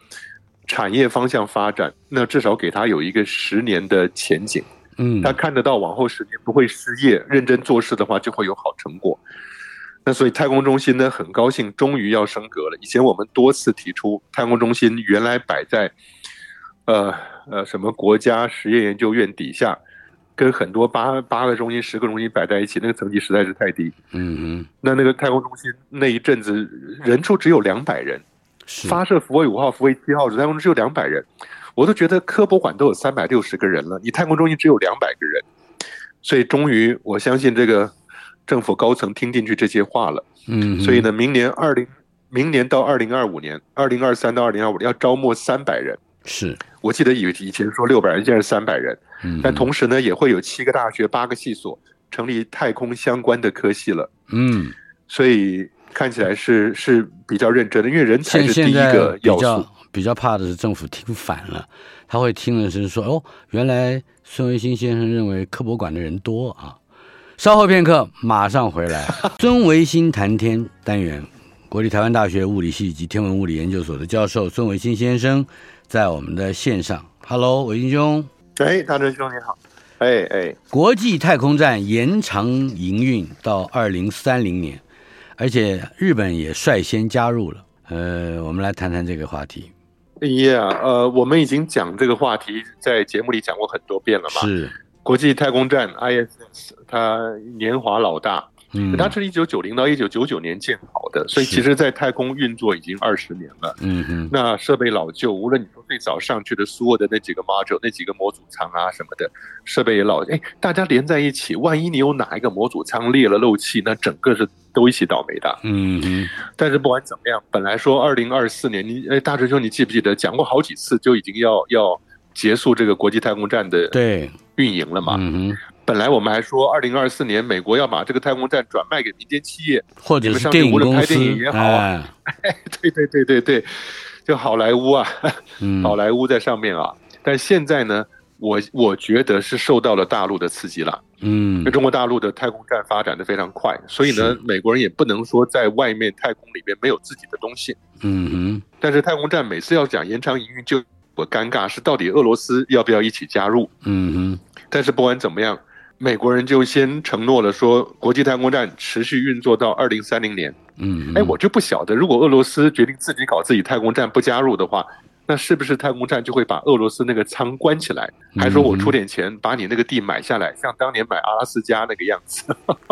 [SPEAKER 3] 产业方向发展，那至少给他有一个十年的前景，
[SPEAKER 2] 嗯
[SPEAKER 3] 他看得到往后十年不会失业，认真做事的话就会有好成果。那所以太空中心呢，很高兴终于要升格了。以前我们多次提出，太空中心原来摆在，呃呃什么国家实验研究院底下，跟很多八八个中心、十个中心摆在一起，那个层级实在是太低。
[SPEAKER 2] 嗯哼，
[SPEAKER 3] 那那个太空中心那一阵子人数只有两百人，
[SPEAKER 2] 是
[SPEAKER 3] 发射福卫五号、福卫七号，太空中只有两百人，我都觉得科博馆都有三百六十个人了，你太空中心只有两百个人，所以终于我相信这个政府高层听进去这些话了，
[SPEAKER 2] 嗯哼，
[SPEAKER 3] 所以呢，明年二零明年到二零二五年、二零二三到二零二五要招募三百人。
[SPEAKER 2] 是，
[SPEAKER 3] 我记得以以前说六百人，现在是三百人，
[SPEAKER 2] 嗯哼，
[SPEAKER 3] 但同时呢，也会有七个大学、八个系所成立太空相关的科系了。
[SPEAKER 2] 嗯，
[SPEAKER 3] 所以看起来是是比较认真的，因为人才
[SPEAKER 2] 现
[SPEAKER 3] 是第
[SPEAKER 2] 现
[SPEAKER 3] 一
[SPEAKER 2] 在
[SPEAKER 3] 个
[SPEAKER 2] 比
[SPEAKER 3] 要素
[SPEAKER 2] 较。比较怕的是政府听反了，他会听的是说哦，原来孙维新先生认为科博馆的人多啊。稍后片刻，马上回来。 孙维新谈天单元，国立台湾大学物理系及天文物理研究所的教授孙维新先生在我们的线上。Hello，维新兄。
[SPEAKER 3] 哎，大真兄你好。哎哎，
[SPEAKER 2] 国际太空站延长营运到二零三零年，而且日本也率先加入了。呃，我们来谈谈这个话题。
[SPEAKER 3] Yeah，呃，我们已经讲这个话题在节目里讲过很多遍了嘛。
[SPEAKER 2] 是，
[SPEAKER 3] 国际太空站 ISS，它年华老大，
[SPEAKER 2] 嗯，
[SPEAKER 3] 它是一九九零到一九九九年建好的，所以
[SPEAKER 2] 是
[SPEAKER 3] 其实在太空运作已经二十年了。
[SPEAKER 2] 嗯哼，
[SPEAKER 3] 那设备老旧，无论你说最早上去的苏俄的那几个 module、那几个模组舱啊什么的，设备也老，哎，大家连在一起，万一你有哪一个模组舱裂了漏气，那整个是都一起倒霉的。
[SPEAKER 2] 嗯哼，
[SPEAKER 3] 但是不管怎么样，本来说二零二四年，你哎，大师兄你记不记得讲过好几次，就已经要要结束这个国际太空站的
[SPEAKER 2] 对，
[SPEAKER 3] 运营了嘛？
[SPEAKER 2] 嗯哼，
[SPEAKER 3] 本来我们还说二零二四年美国要把这个太空站转卖给民间企业，
[SPEAKER 2] 或者是电影
[SPEAKER 3] 你
[SPEAKER 2] 公
[SPEAKER 3] 们上去无论
[SPEAKER 2] 司
[SPEAKER 3] 拍电影也，好啊
[SPEAKER 2] 哎，
[SPEAKER 3] 对对对对对，就好莱坞啊，
[SPEAKER 2] 嗯，
[SPEAKER 3] 好莱坞在上面啊。但现在呢，我我觉得是受到了大陆的刺激了，因
[SPEAKER 2] 嗯
[SPEAKER 3] 为，中国大陆的太空站发展的非常快，所以呢
[SPEAKER 2] 是，
[SPEAKER 3] 美国人也不能说在外面太空里面没有自己的东西。
[SPEAKER 2] 嗯
[SPEAKER 3] 但是太空站每次要讲延长营运，就我尴尬是到底俄罗斯要不要一起加入？
[SPEAKER 2] 哼，嗯
[SPEAKER 3] 但是不管怎么样，美国人就先承诺了说，国际太空站持续运作到二零三零年。
[SPEAKER 2] 哼，嗯哼，
[SPEAKER 3] 哎，我就不晓得，如果俄罗斯决定自己搞自己太空站不加入的话，那是不是太空站就会把俄罗斯那个舱关起来？还说
[SPEAKER 2] 嗯
[SPEAKER 3] 我出点钱把你那个地买下来，像当年买阿拉斯加那个样子？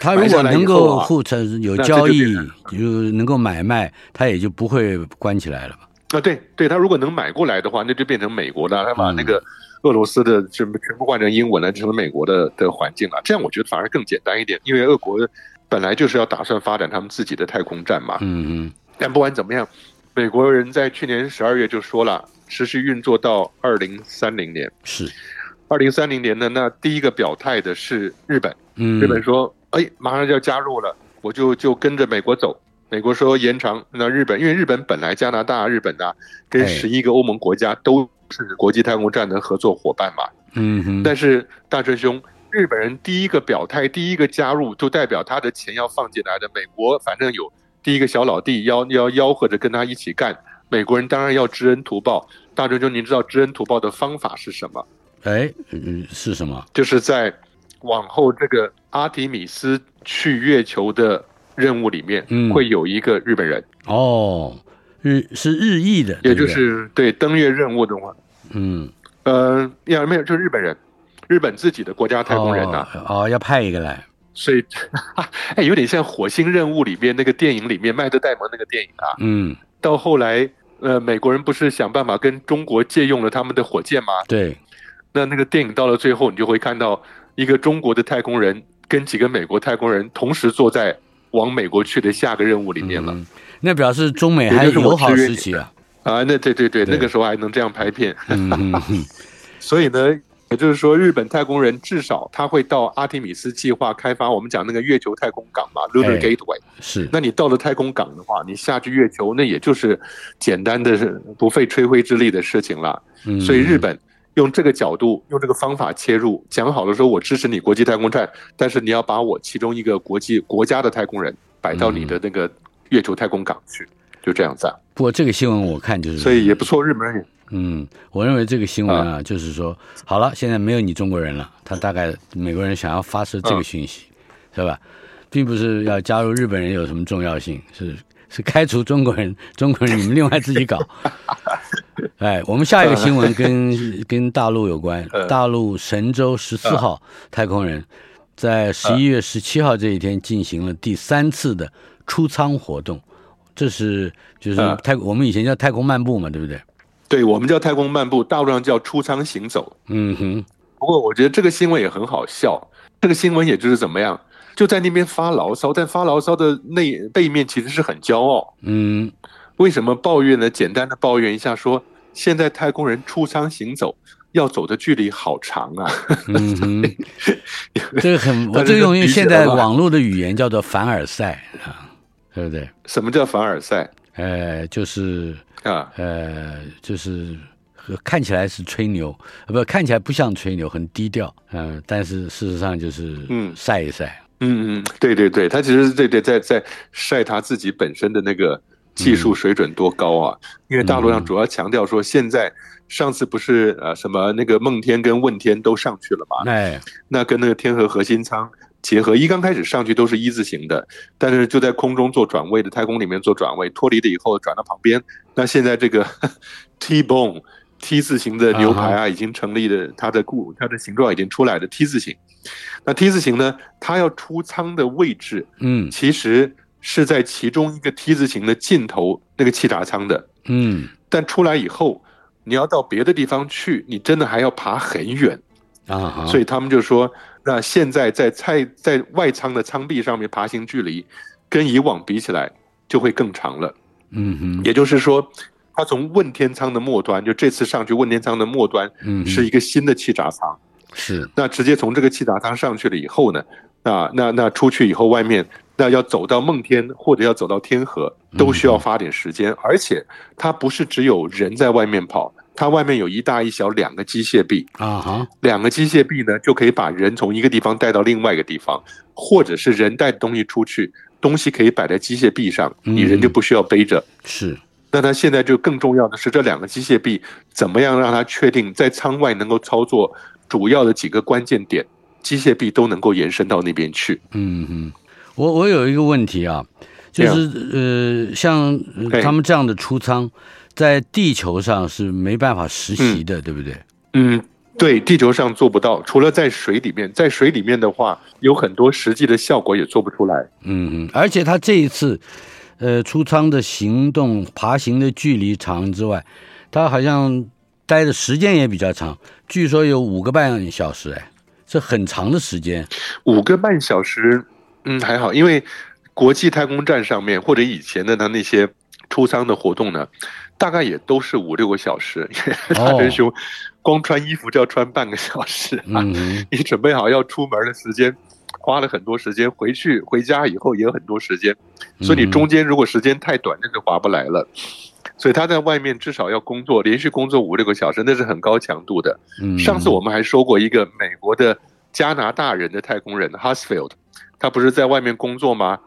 [SPEAKER 2] 他如果能够互成有交
[SPEAKER 3] 啊那这就
[SPEAKER 2] 易
[SPEAKER 3] 变成，
[SPEAKER 2] 就能够买卖，他也就不会关起来了吧？
[SPEAKER 3] 啊，对对，他如果能买过来的话，那就变成美国的，他把那
[SPEAKER 2] 嗯
[SPEAKER 3] 个俄罗斯的全部全部换成英文了，成了美国的的环境了。这样我觉得反而更简单一点，因为俄国本来就是要打算发展他们自己的太空站嘛。
[SPEAKER 2] 嗯
[SPEAKER 3] 但不管怎么样，美国人在去年十二月就说了，持续运作到二零三零年
[SPEAKER 2] 哼，。是，
[SPEAKER 3] 二零三零年呢，那第一个表态的是日本，
[SPEAKER 2] 嗯，
[SPEAKER 3] 日本说，哎，马上就要加入了，我就就跟着美国走。美国说延长，那日本因为日本本来加拿大、日本呐、
[SPEAKER 2] 哎
[SPEAKER 3] 跟十一个欧盟国家都是国际太空站的合作伙伴嘛。
[SPEAKER 2] 嗯哼，
[SPEAKER 3] 但是大春兄，日本人第一个表态、第一个加入，就代表他的钱要放进来的。美国反正有第一个小老弟要要吆喝着跟他一起干，美国人当然要知恩图报。大春兄，您知道知恩图报的方法是什么？
[SPEAKER 2] 哎，嗯是什么？
[SPEAKER 3] 就是在往后这个阿提米斯去月球的任务里面，
[SPEAKER 2] 嗯
[SPEAKER 3] 会有一个日本人，
[SPEAKER 2] 哦，日是日裔的，对
[SPEAKER 3] 也
[SPEAKER 2] 不
[SPEAKER 3] 就
[SPEAKER 2] 对
[SPEAKER 3] 是对登月任务的话，
[SPEAKER 2] 嗯，
[SPEAKER 3] 呃，呀，没有，就是日本人，日本自己的国家太空人呐、啊
[SPEAKER 2] 哦，哦，要派一个来，
[SPEAKER 3] 所以，哎，有点像火星任务里边那个电影里面麦德戴蒙那个电影啊。
[SPEAKER 2] 嗯，
[SPEAKER 3] 到后来，呃，美国人不是想办法跟中国借用了他们的火箭吗？
[SPEAKER 2] 对，
[SPEAKER 3] 那那个电影到了最后，你就会看到一个中国的太空人跟几个美国太空人同时坐在往美国去的下个任务里面了。
[SPEAKER 2] 嗯，那表示中美还
[SPEAKER 3] 也就是
[SPEAKER 2] 友
[SPEAKER 3] 我
[SPEAKER 2] 好
[SPEAKER 3] 支援
[SPEAKER 2] 时期啊，
[SPEAKER 3] 啊，那对对对，
[SPEAKER 2] 对
[SPEAKER 3] 那个时候还能这样拍 片，
[SPEAKER 2] 嗯嗯嗯
[SPEAKER 3] 所以呢。也就是说，日本太空人至少他会到阿提米斯计划开发，我们讲那个月球太空港嘛，Lunar
[SPEAKER 2] 哎
[SPEAKER 3] Gateway。
[SPEAKER 2] 是，
[SPEAKER 3] 那你到了太空港的话，你下去月球，那也就是简单的是不费吹灰之力的事情了。
[SPEAKER 2] 嗯
[SPEAKER 3] 所以日本用这个角度，用这个方法切入，讲好了说我支持你国际太空站，但是你要把我其中一个国际国家的太空人摆到你的那个月球太空港去，就这样子啊。
[SPEAKER 2] 不过这个新闻我看就是，
[SPEAKER 3] 所以也不错，日本人也
[SPEAKER 2] 嗯，我认为这个新闻啊，就是说，好了，现在没有你中国人了，他大概美国人想要发射这个讯息，是吧？并不是要加入日本人有什么重要性，是是开除中国人， 中国人你们另外自己搞。哎，我们下一个新闻跟跟大陆有关，大陆神舟十四号太空人在十一月十七号这一天进行了第三次的出舱活动，这是就是
[SPEAKER 3] 嗯
[SPEAKER 2] 太我们以前叫太空漫步嘛，对不对？
[SPEAKER 3] 对我们叫太空漫步，大陆上叫出舱行走。
[SPEAKER 2] 嗯哼，
[SPEAKER 3] 不过我觉得这个新闻也很好笑，这个新闻也就是怎么样，就在那边发牢骚，但发牢骚的内背面其实是很骄傲。
[SPEAKER 2] 嗯，
[SPEAKER 3] 为什么抱怨呢？简单的抱怨一下说，现在太空人出舱行走要走的距离好长啊。
[SPEAKER 2] 嗯哼，这个很，我
[SPEAKER 3] 但
[SPEAKER 2] 这
[SPEAKER 3] 是
[SPEAKER 2] 个用于
[SPEAKER 3] 理解
[SPEAKER 2] 现在
[SPEAKER 3] 了吧
[SPEAKER 2] 网络的语言叫做凡尔赛啊，对不对？
[SPEAKER 3] 什么叫凡尔赛？
[SPEAKER 2] 呃，就是
[SPEAKER 3] 啊，
[SPEAKER 2] 呃，就是呃看起来是吹牛，呃不看起来不像吹牛，很低调，嗯、但是事实上就是
[SPEAKER 3] 嗯
[SPEAKER 2] 晒一晒，
[SPEAKER 3] 嗯嗯，对对对，他其实对对在在晒他自己本身的那个技术水准多高啊，因为大陆上主要强调说现在上次不是呃什么那个梦天跟问天都上去了嘛，
[SPEAKER 2] 哎，
[SPEAKER 3] 那跟那个天河核心舱结合，一刚开始上去都是一字形的，但是就在空中做转位的太空里面做转位，脱离了以后转到旁边。那现在这个 T bone T 字形的牛排啊，已经成立的，它的固它的形状已经出来的 T 字形。那 T 字形呢，它要出舱的位置
[SPEAKER 2] 嗯
[SPEAKER 3] 其实是在其中一个 T 字形的尽头那个气闸舱的，
[SPEAKER 2] 嗯，
[SPEAKER 3] 但出来以后，你要到别的地方去，你真的还要爬很远。
[SPEAKER 2] 啊哈，
[SPEAKER 3] 所以他们就说，那现在在菜在外舱的舱壁上面爬行距离，跟以往比起来就会更长了。
[SPEAKER 2] 嗯哼，
[SPEAKER 3] 也就是说，它从问天舱的末端，就这次上去问天舱的末端
[SPEAKER 2] 嗯哼
[SPEAKER 3] 是一个新的气闸舱。
[SPEAKER 2] 是，
[SPEAKER 3] 那直接从这个气闸舱上去了以后呢，那那那出去以后，外面那要走到梦天或者要走到天河，
[SPEAKER 2] 嗯
[SPEAKER 3] 都需要花点时间。而且它不是只有人在外面跑，它外面有一大一小两个机械臂。
[SPEAKER 2] 啊哈，
[SPEAKER 3] 两个机械臂呢，就可以把人从一个地方带到另外一个地方，或者是人带东西出去，东西可以摆在机械臂上，
[SPEAKER 2] 嗯
[SPEAKER 3] 你人就不需要背着。
[SPEAKER 2] 是，
[SPEAKER 3] 那它现在就更重要的是，这两个机械臂怎么样让它确定在舱外能够操作主要的几个关键点，机械臂都能够延伸到那边去。
[SPEAKER 2] 嗯哼，我我有一个问题啊，
[SPEAKER 3] 啊
[SPEAKER 2] 就是呃，像呃
[SPEAKER 3] 哎
[SPEAKER 2] 他们这样的出舱，在地球上是没办法实习的，对不对？
[SPEAKER 3] 嗯，对，地球上做不到，除了在水里面，在水里面的话，有很多实际的效果也做不出来。
[SPEAKER 2] 嗯哼，而且他这一次，呃，出舱的行动、爬行的距离长之外，他好像待的时间也比较长，据说有五个半小时，哎，这很长的时间。
[SPEAKER 3] 五个半小时，嗯，还好，因为国际太空站上面或者以前的他那些出舱的活动呢，大概也都是五六个小时。大真兄，光穿衣服就要穿半个小时啊！
[SPEAKER 2] 嗯哼，
[SPEAKER 3] 你准备好要出门的时间，花了很多时间，回去回家以后也有很多时间，所以你中间如果时间太短，那就划不来了。所以他在外面至少要工作，连续工作五六个小时，那是很高强度的。
[SPEAKER 2] 嗯
[SPEAKER 3] 上次我们还说过一个美国的加拿大人的太空人 Husfield，他不是在外面工作吗？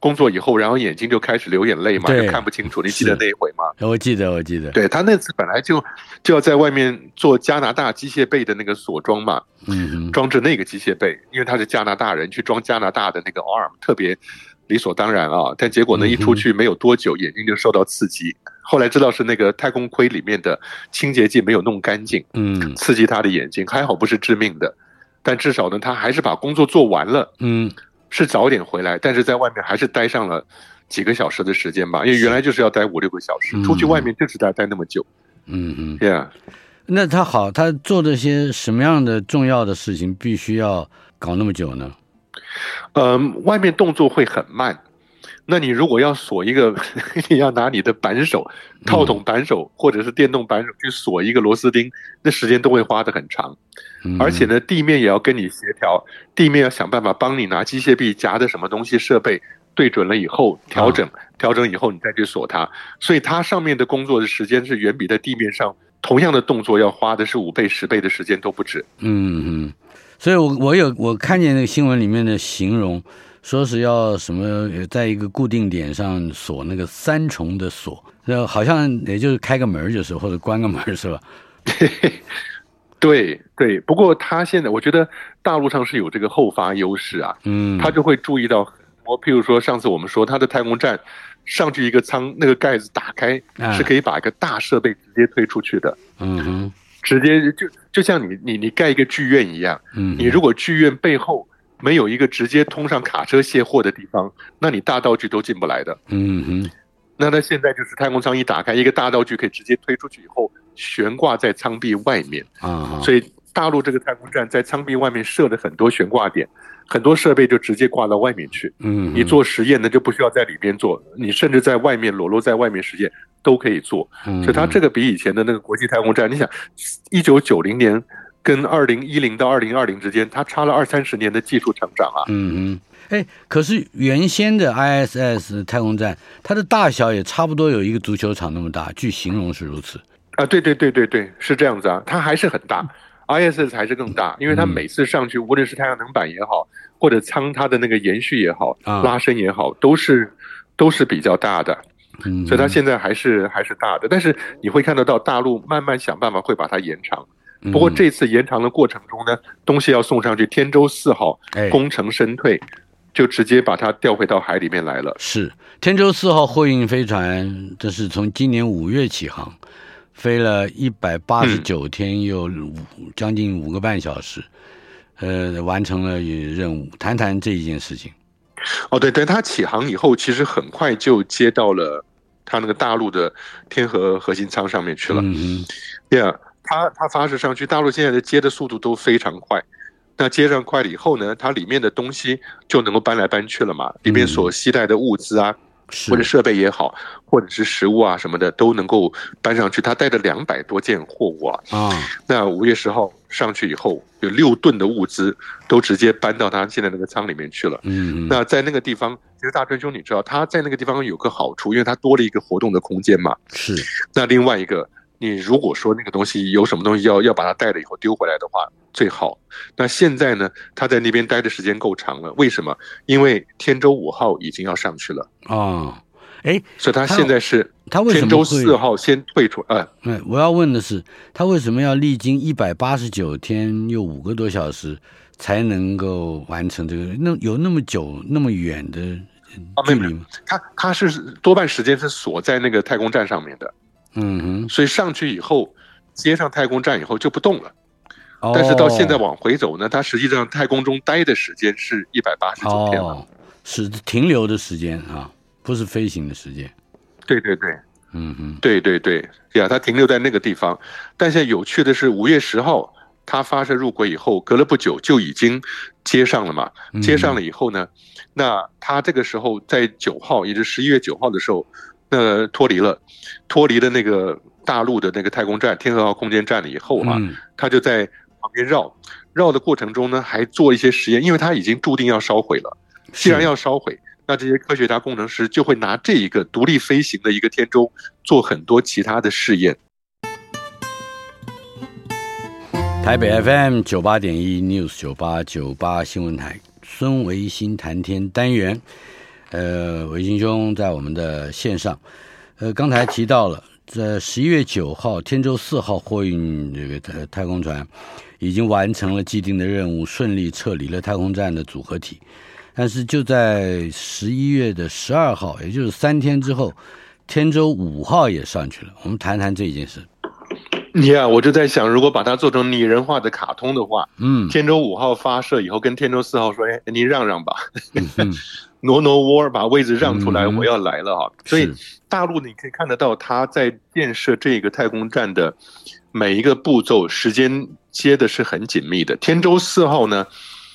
[SPEAKER 3] 工作以后，然后眼睛就开始流眼泪嘛，
[SPEAKER 2] 对
[SPEAKER 3] 就看不清楚。你记得
[SPEAKER 2] 是
[SPEAKER 3] 那一回吗？
[SPEAKER 2] 我记得，我记得，
[SPEAKER 3] 对他那次本来就就要在外面做加拿大机械臂的那个锁装嘛，
[SPEAKER 2] 嗯
[SPEAKER 3] 装置那个机械臂，因为他是加拿大人，去装加拿大的那个 arm，特别理所当然啊。但结果
[SPEAKER 2] 嗯
[SPEAKER 3] 呢，
[SPEAKER 2] 哼
[SPEAKER 3] 一出去没有多久，眼睛就受到刺激。后来知道是那个太空盔里面的清洁剂没有弄干净，
[SPEAKER 2] 哼，嗯
[SPEAKER 3] 刺激他的眼睛，还好不是致命的，但至少呢，他还是把工作做完了，
[SPEAKER 2] 嗯，
[SPEAKER 3] 是早点回来，但是在外面还是待上了几个小时的时间吧，因为原来就是要待五六个小时
[SPEAKER 2] 嗯，
[SPEAKER 3] 出去外面就是待待那么久，
[SPEAKER 2] 嗯哼。
[SPEAKER 3] 这样。
[SPEAKER 2] 那他好，他做这些什么样的重要的事情，必须要搞那么久呢？
[SPEAKER 3] 嗯，外面动作会很慢。那你如果要锁一个， 你要拿你的扳手、套筒扳手或者是电动扳手去锁一个螺丝钉，那时间都会花得很长。
[SPEAKER 2] 嗯
[SPEAKER 3] 而且，呢，地面也要跟你协调，地面要想办法帮你拿机械臂夹的什么东西设备对准了以后调整，调整以后你再去锁它。所以它上面的工作的时间是远比在地面上同样的动作要花的是五倍、十倍的时间都不止。
[SPEAKER 2] 嗯嗯，所以我我有我看见那个新闻里面的形容，说是要什么呃在一个固定点上锁那个三重的锁，那好像也就是开个门儿就是或者关个门儿是吧？
[SPEAKER 3] 对对，不过它现在我觉得大陆上是有这个后发优势啊，
[SPEAKER 2] 嗯，
[SPEAKER 3] 它就会注意到很多，譬如说上次我们说它的太空站上去一个舱，那个盖子打开
[SPEAKER 2] 啊
[SPEAKER 3] 是可以把一个大设备直接推出去的。
[SPEAKER 2] 嗯哼
[SPEAKER 3] 直接就就像你你你盖一个剧院一样，
[SPEAKER 2] 嗯哼，
[SPEAKER 3] 你如果剧院背后没有一个直接通上卡车卸货的地方，那你大道具都进不来的。
[SPEAKER 2] 嗯哼
[SPEAKER 3] 那它现在就是太空舱一打开，一个大道具可以直接推出去以后悬挂在舱壁外面，
[SPEAKER 2] 啊哈，
[SPEAKER 3] 所以大陆这个太空站在舱壁外面设了很多悬挂点，很多设备就直接挂到外面去。
[SPEAKER 2] 嗯哼
[SPEAKER 3] 你做实验呢就不需要在里边做，你甚至在外面裸露在外面实验都可以做。
[SPEAKER 2] 嗯哼
[SPEAKER 3] 所以它这个比以前的那个国际太空站，你想，一九九零年跟二零一零到二零二零之间，它差了二三十年的技术成长啊。
[SPEAKER 2] 嗯哼，哎，可是原先的 ISS 太空站，它的大小也差不多有一个足球场那么大，据形容是如此。
[SPEAKER 3] 啊，对对对对对，是这样子啊，它还是很大，ISS 还是更大，因为
[SPEAKER 2] 嗯
[SPEAKER 3] 它每次上去，无论是太阳能板也好，或者舱它的那个延续也好，
[SPEAKER 2] 啊
[SPEAKER 3] 拉伸也好，都是都是比较大的，
[SPEAKER 2] 嗯，
[SPEAKER 3] 所以它现在还是还是大的。但是你会看得到大陆慢慢想办法会把它延长。不过
[SPEAKER 2] 嗯
[SPEAKER 3] 这次延长的过程中呢，东西要送上去，天舟四号
[SPEAKER 2] 哎
[SPEAKER 3] 功成身退，就直接把它调回到海里面来了。
[SPEAKER 2] 是天舟四号货运飞船，这是从今年五月起航，飞了一百八十九天，又五将近五个半小时，呃，完成了任务。谈谈这一件事情。
[SPEAKER 3] 哦，对，但它起航以后，其实很快就接到了它那个大陆的天河核心舱上面去了。
[SPEAKER 2] 嗯
[SPEAKER 3] ，Yeah，它它发射上去，大陆现在的接的速度都非常快。那接上快了以后呢，它里面的东西就能够搬来搬去了嘛，里面所携带的物资啊，
[SPEAKER 2] 哼，
[SPEAKER 3] 或者
[SPEAKER 2] 是
[SPEAKER 3] 设备也好，或者是食物啊什么的，都能够搬上去。它带了两百多件货物啊，
[SPEAKER 2] 啊，
[SPEAKER 3] 那五月十号上去以后，有六吨的物资都直接搬到它现在那个舱里面去了。
[SPEAKER 2] 嗯，
[SPEAKER 3] 那在那个地方，其实大川兄你知道，他在那个地方有个好处，因为它多了一个活动的空间嘛。
[SPEAKER 2] 是
[SPEAKER 3] 那另外一个，你如果说那个东西有什么东西要要把它带了以后丢回来的话，最好。那现在呢，他在那边待的时间够长了，为什么？因为天舟五号已经要上去了，
[SPEAKER 2] 啊，哎，
[SPEAKER 3] 所以他
[SPEAKER 2] 他
[SPEAKER 3] 现在是
[SPEAKER 2] 他为什
[SPEAKER 3] 天
[SPEAKER 2] 么
[SPEAKER 3] 舟
[SPEAKER 2] 会？
[SPEAKER 3] 四号先退出，呃，
[SPEAKER 2] 嗯，我要问的是，他为什么要历经一百八十九天又五个多小时才能够完成这个？那有那么久那么远的
[SPEAKER 3] 啊
[SPEAKER 2] 距
[SPEAKER 3] 没有
[SPEAKER 2] 离吗？
[SPEAKER 3] 他他是多半时间是锁在那个太空站上面的，
[SPEAKER 2] 嗯
[SPEAKER 3] 所以上去以后接上太空站以后就不动了。
[SPEAKER 2] 哼，
[SPEAKER 3] 但是到现在
[SPEAKER 2] 哦
[SPEAKER 3] 往回走呢，它实际上太空中待的时间是一百八十九天了。
[SPEAKER 2] 哦，是停留的时间啊，不是飞行的时间。
[SPEAKER 3] 对对对
[SPEAKER 2] 嗯哼，
[SPEAKER 3] 对对对，对啊呀，它停留在那个地方。但现在有趣的是，五月十号它发射入轨以后，隔了不久就已经接上了嘛。
[SPEAKER 2] 嗯
[SPEAKER 3] 接上了以后呢，那它这个时候在九号，也就是十一月九号的时候，那脱离了，脱离了那个大陆的那个太空站天河号空间站了以后啊，
[SPEAKER 2] 嗯
[SPEAKER 3] 他就在旁边绕，绕的过程中呢，还做一些实验，因为他已经注定要烧毁了。既然
[SPEAKER 2] 是
[SPEAKER 3] 要烧毁，那这些科学家、工程师就会拿这一个独立飞行的一个天舟做很多其他的试验。
[SPEAKER 2] 台北 FM 九八点一 News 九八九八新闻台，孙维新谈天单元，呃，维新兄在我们的线上，呃，刚才提到了，在十一月九号，天舟四号货运这个太太空船已经完成了既定的任务，顺利撤离了太空站的组合体，但是就在十一月的十二号，也就是三天之后，天舟五号也上去了。我们谈谈这件事。
[SPEAKER 3] 你呀，我就在想，如果把它做成拟人化的卡通的话，
[SPEAKER 2] 嗯
[SPEAKER 3] 天舟五号发射以后，跟天舟四号说：“哎，您让让吧，
[SPEAKER 2] 嗯
[SPEAKER 3] 挪挪窝，把位置让出来，
[SPEAKER 2] 嗯
[SPEAKER 3] 我要来了啊！”所以
[SPEAKER 2] 是
[SPEAKER 3] 大陆你可以看得到，它在建设这个太空站的每一个步骤，时间接的是很紧密的。天舟四号呢，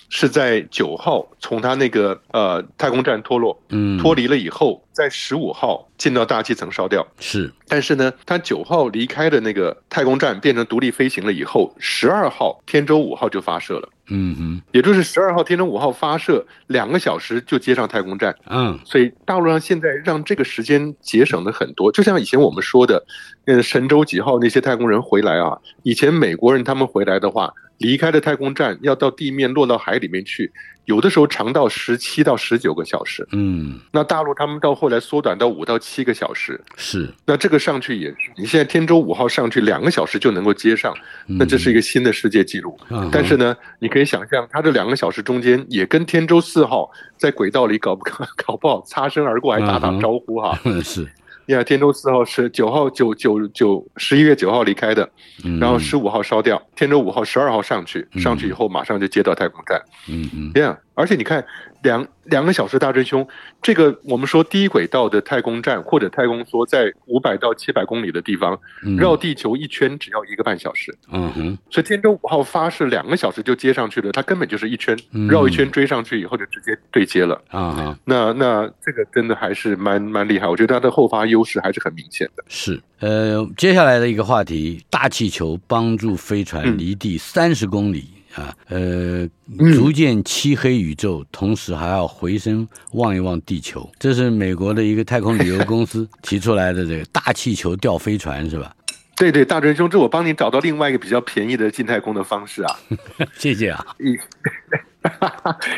[SPEAKER 3] 是在九号从它那个呃太空站脱落，
[SPEAKER 2] 嗯，
[SPEAKER 3] 脱离了以后，在十五号进到大气层烧掉。
[SPEAKER 2] 是
[SPEAKER 3] 但是呢，它九号离开的那个太空站变成独立飞行了以后，十二号天舟五号就发射了。
[SPEAKER 2] 嗯哼。
[SPEAKER 3] 也就是十二号天舟五号发射两个小时就接上太空站，
[SPEAKER 2] 嗯
[SPEAKER 3] 所以大陆上现在让这个时间节省的很多。就像以前我们说的，呃，神舟几号那些太空人回来啊，以前美国人他们回来的话，离开了太空站要到地面落到海里面去，有的时候长到十七到十九个小时。
[SPEAKER 2] 嗯，
[SPEAKER 3] 那大陆他们到后来缩短到五到七个小时，
[SPEAKER 2] 是，
[SPEAKER 3] 那这个上去也是，你现在天舟五号上去两个小时就能够接上，那这是一
[SPEAKER 2] 个，
[SPEAKER 3] 个新的世界纪录。
[SPEAKER 2] 嗯
[SPEAKER 3] 但是呢，你可以想象，它这两个小时中间，也跟天舟四号在轨道里搞不搞不好擦身而过，还打打
[SPEAKER 2] 嗯哼
[SPEAKER 3] 招呼哈。
[SPEAKER 2] 嗯 是，
[SPEAKER 3] 你看，天舟四号是九号九九九十一月九号离开的，
[SPEAKER 2] 嗯
[SPEAKER 3] 然后十，五号烧掉，天舟五号十二号上去，上去以后马上就接到太空站。
[SPEAKER 2] 嗯嗯，
[SPEAKER 3] 这样，而且你看，两两个小时大真凶，这个我们说低轨道的太空站或者太空梭，在五百到七百公里的地方
[SPEAKER 2] 嗯
[SPEAKER 3] 绕，地球一圈只要一个半小时。
[SPEAKER 2] 嗯哼，
[SPEAKER 3] 所以天舟五号发射两个小时就接上去了，它根本就是一圈
[SPEAKER 2] 嗯
[SPEAKER 3] 绕一圈追上去以后就直接对接了。
[SPEAKER 2] 啊哈，
[SPEAKER 3] 那那这个真的还是蛮蛮厉害，我觉得它的后发优势还是很明显的。
[SPEAKER 2] 是，呃，接下来的一个话题，大气球帮助飞船
[SPEAKER 3] 嗯
[SPEAKER 2] 离地三十公里，啊，呃，逐渐漆黑宇宙，同时还要回身望一望地球。这是美国的一个太空旅游公司提出来的这个大气球吊飞船是吧？
[SPEAKER 3] 对对，大真兄，这我帮你找到另外一个比较便宜的进太空的方式啊。
[SPEAKER 2] 谢谢啊，
[SPEAKER 3] 以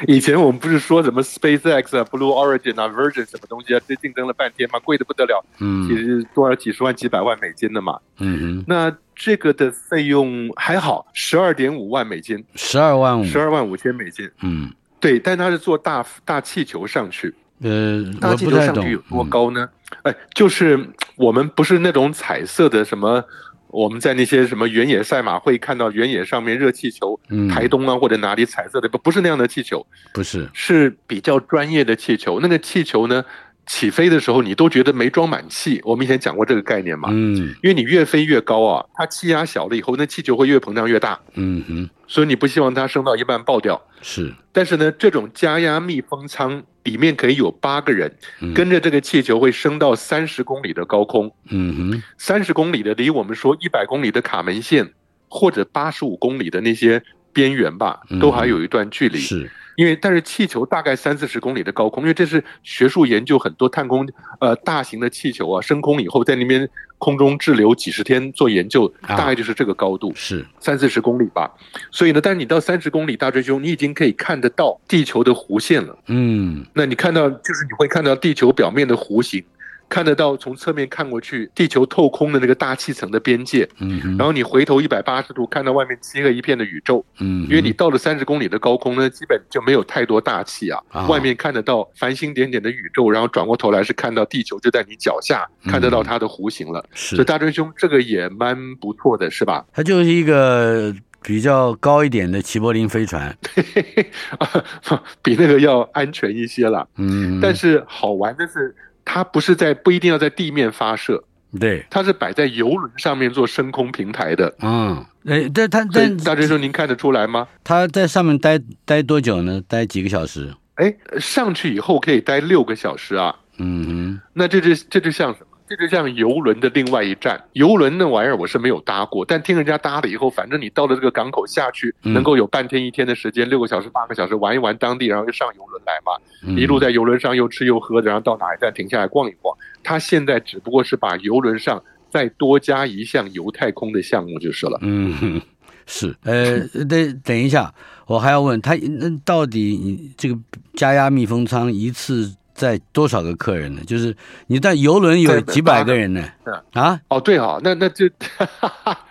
[SPEAKER 3] 以前我们不是说什么 SpaceX 啊、Blue Origin 啊、Virgin 什么东西啊，这竞争了半天嘛，贵的不得了，
[SPEAKER 2] 嗯
[SPEAKER 3] 其实多少几十万、几百万美金的嘛。
[SPEAKER 2] 嗯哼，
[SPEAKER 3] 那这个的费用还好，十二点五万美金，
[SPEAKER 2] 十二万五，
[SPEAKER 3] 十二万五千美金。
[SPEAKER 2] 嗯，
[SPEAKER 3] 对，但它是坐大大气球上去，
[SPEAKER 2] 呃，
[SPEAKER 3] 大
[SPEAKER 2] 我
[SPEAKER 3] 气
[SPEAKER 2] 不
[SPEAKER 3] 球
[SPEAKER 2] 太
[SPEAKER 3] 上
[SPEAKER 2] 懂嗯
[SPEAKER 3] 去有多高呢？哎，就是我们不是那种彩色的什么。我们在那些什么原野赛马会看到原野上面热气球，
[SPEAKER 2] 嗯
[SPEAKER 3] 台东啊或者哪里彩色的，不不是那样的气球，
[SPEAKER 2] 嗯不是，
[SPEAKER 3] 是比较专业的气球。那个气球呢，起飞的时候你都觉得没装满气。我们以前讲过这个概念嘛，
[SPEAKER 2] 嗯
[SPEAKER 3] 因为你越飞越高啊，它气压小了以后，那气球会越膨胀越大，
[SPEAKER 2] 嗯哼，
[SPEAKER 3] 所以你不希望它升到一半爆掉。
[SPEAKER 2] 是，
[SPEAKER 3] 但是呢，这种加压密封舱里面可以有八个人，
[SPEAKER 2] 嗯
[SPEAKER 3] 跟着这个气球会升到三十公里的高空，
[SPEAKER 2] 嗯哼，
[SPEAKER 3] 三十公里的离我们说一百公里的卡门线，或者八十五公里的那些边缘吧
[SPEAKER 2] 嗯，
[SPEAKER 3] 都还有一段距离。
[SPEAKER 2] 是，
[SPEAKER 3] 因为但是气球大概三四十公里的高空，因为这是学术研究很多探空呃大型的气球啊升空以后在那边空中滞留几十天做研究，
[SPEAKER 2] 啊
[SPEAKER 3] 大概就是这个高度
[SPEAKER 2] 是，
[SPEAKER 3] 三四十公里吧。所以呢，但是你到三十公里大追兄，你已经可以看得到地球的弧线了。
[SPEAKER 2] 嗯
[SPEAKER 3] 那你看到就是你会看到地球表面的弧形，看得到从侧面看过去地球透空的那个大气层的边界，
[SPEAKER 2] 嗯哼，
[SPEAKER 3] 然后你回头一百八十度看到外面漆黑一片的宇宙。
[SPEAKER 2] 嗯哼，
[SPEAKER 3] 因为你到了三十公里的高空呢，基本就没有太多大气啊，
[SPEAKER 2] 啊
[SPEAKER 3] 外面看得到繁星点点的宇宙，然后转过头来是看到地球就在你脚下，
[SPEAKER 2] 嗯
[SPEAKER 3] 看得到它的弧形了。所
[SPEAKER 2] 是
[SPEAKER 3] 以，大真兄，这个也蛮不错的，是吧？
[SPEAKER 2] 它就是一个比较高一点的齐柏林飞船，
[SPEAKER 3] 比那个要安全一些啦。
[SPEAKER 2] 嗯，
[SPEAKER 3] 但是好玩的是，它不是在不一定要在地面发射，
[SPEAKER 2] 对，
[SPEAKER 3] 它是摆在游轮上面做升空平台的。
[SPEAKER 2] 嗯，哎，但它
[SPEAKER 3] 所以
[SPEAKER 2] 但
[SPEAKER 3] 大真兄，您看得出来吗？
[SPEAKER 2] 它在上面待待多久呢？待几个小时？
[SPEAKER 3] 哎，上去以后可以待六个小时啊。
[SPEAKER 2] 嗯
[SPEAKER 3] 那这就这就像什么？这就像游轮的另外一站。游轮那玩意儿我是没有搭过，但听人家搭了以后，反正你到了这个港口下去，
[SPEAKER 2] 嗯
[SPEAKER 3] 能够有半天一天的时间，六个小时、八个小时玩一玩当地，然后又上游轮来嘛。
[SPEAKER 2] 哼，
[SPEAKER 3] 一路在游轮上又吃又喝的，然后到哪一站停下来逛一逛。他现在只不过是把游轮上再多加一项游太空的项目就是了。
[SPEAKER 2] 嗯，嗯哼，是，呃，等等一下，我还要问它，那到底你这个加压密封舱一次载多少个客人呢？就是你在游轮有
[SPEAKER 3] 在
[SPEAKER 2] 几百个人呢
[SPEAKER 3] 是？
[SPEAKER 2] 啊，
[SPEAKER 3] 哦，对啊，那那这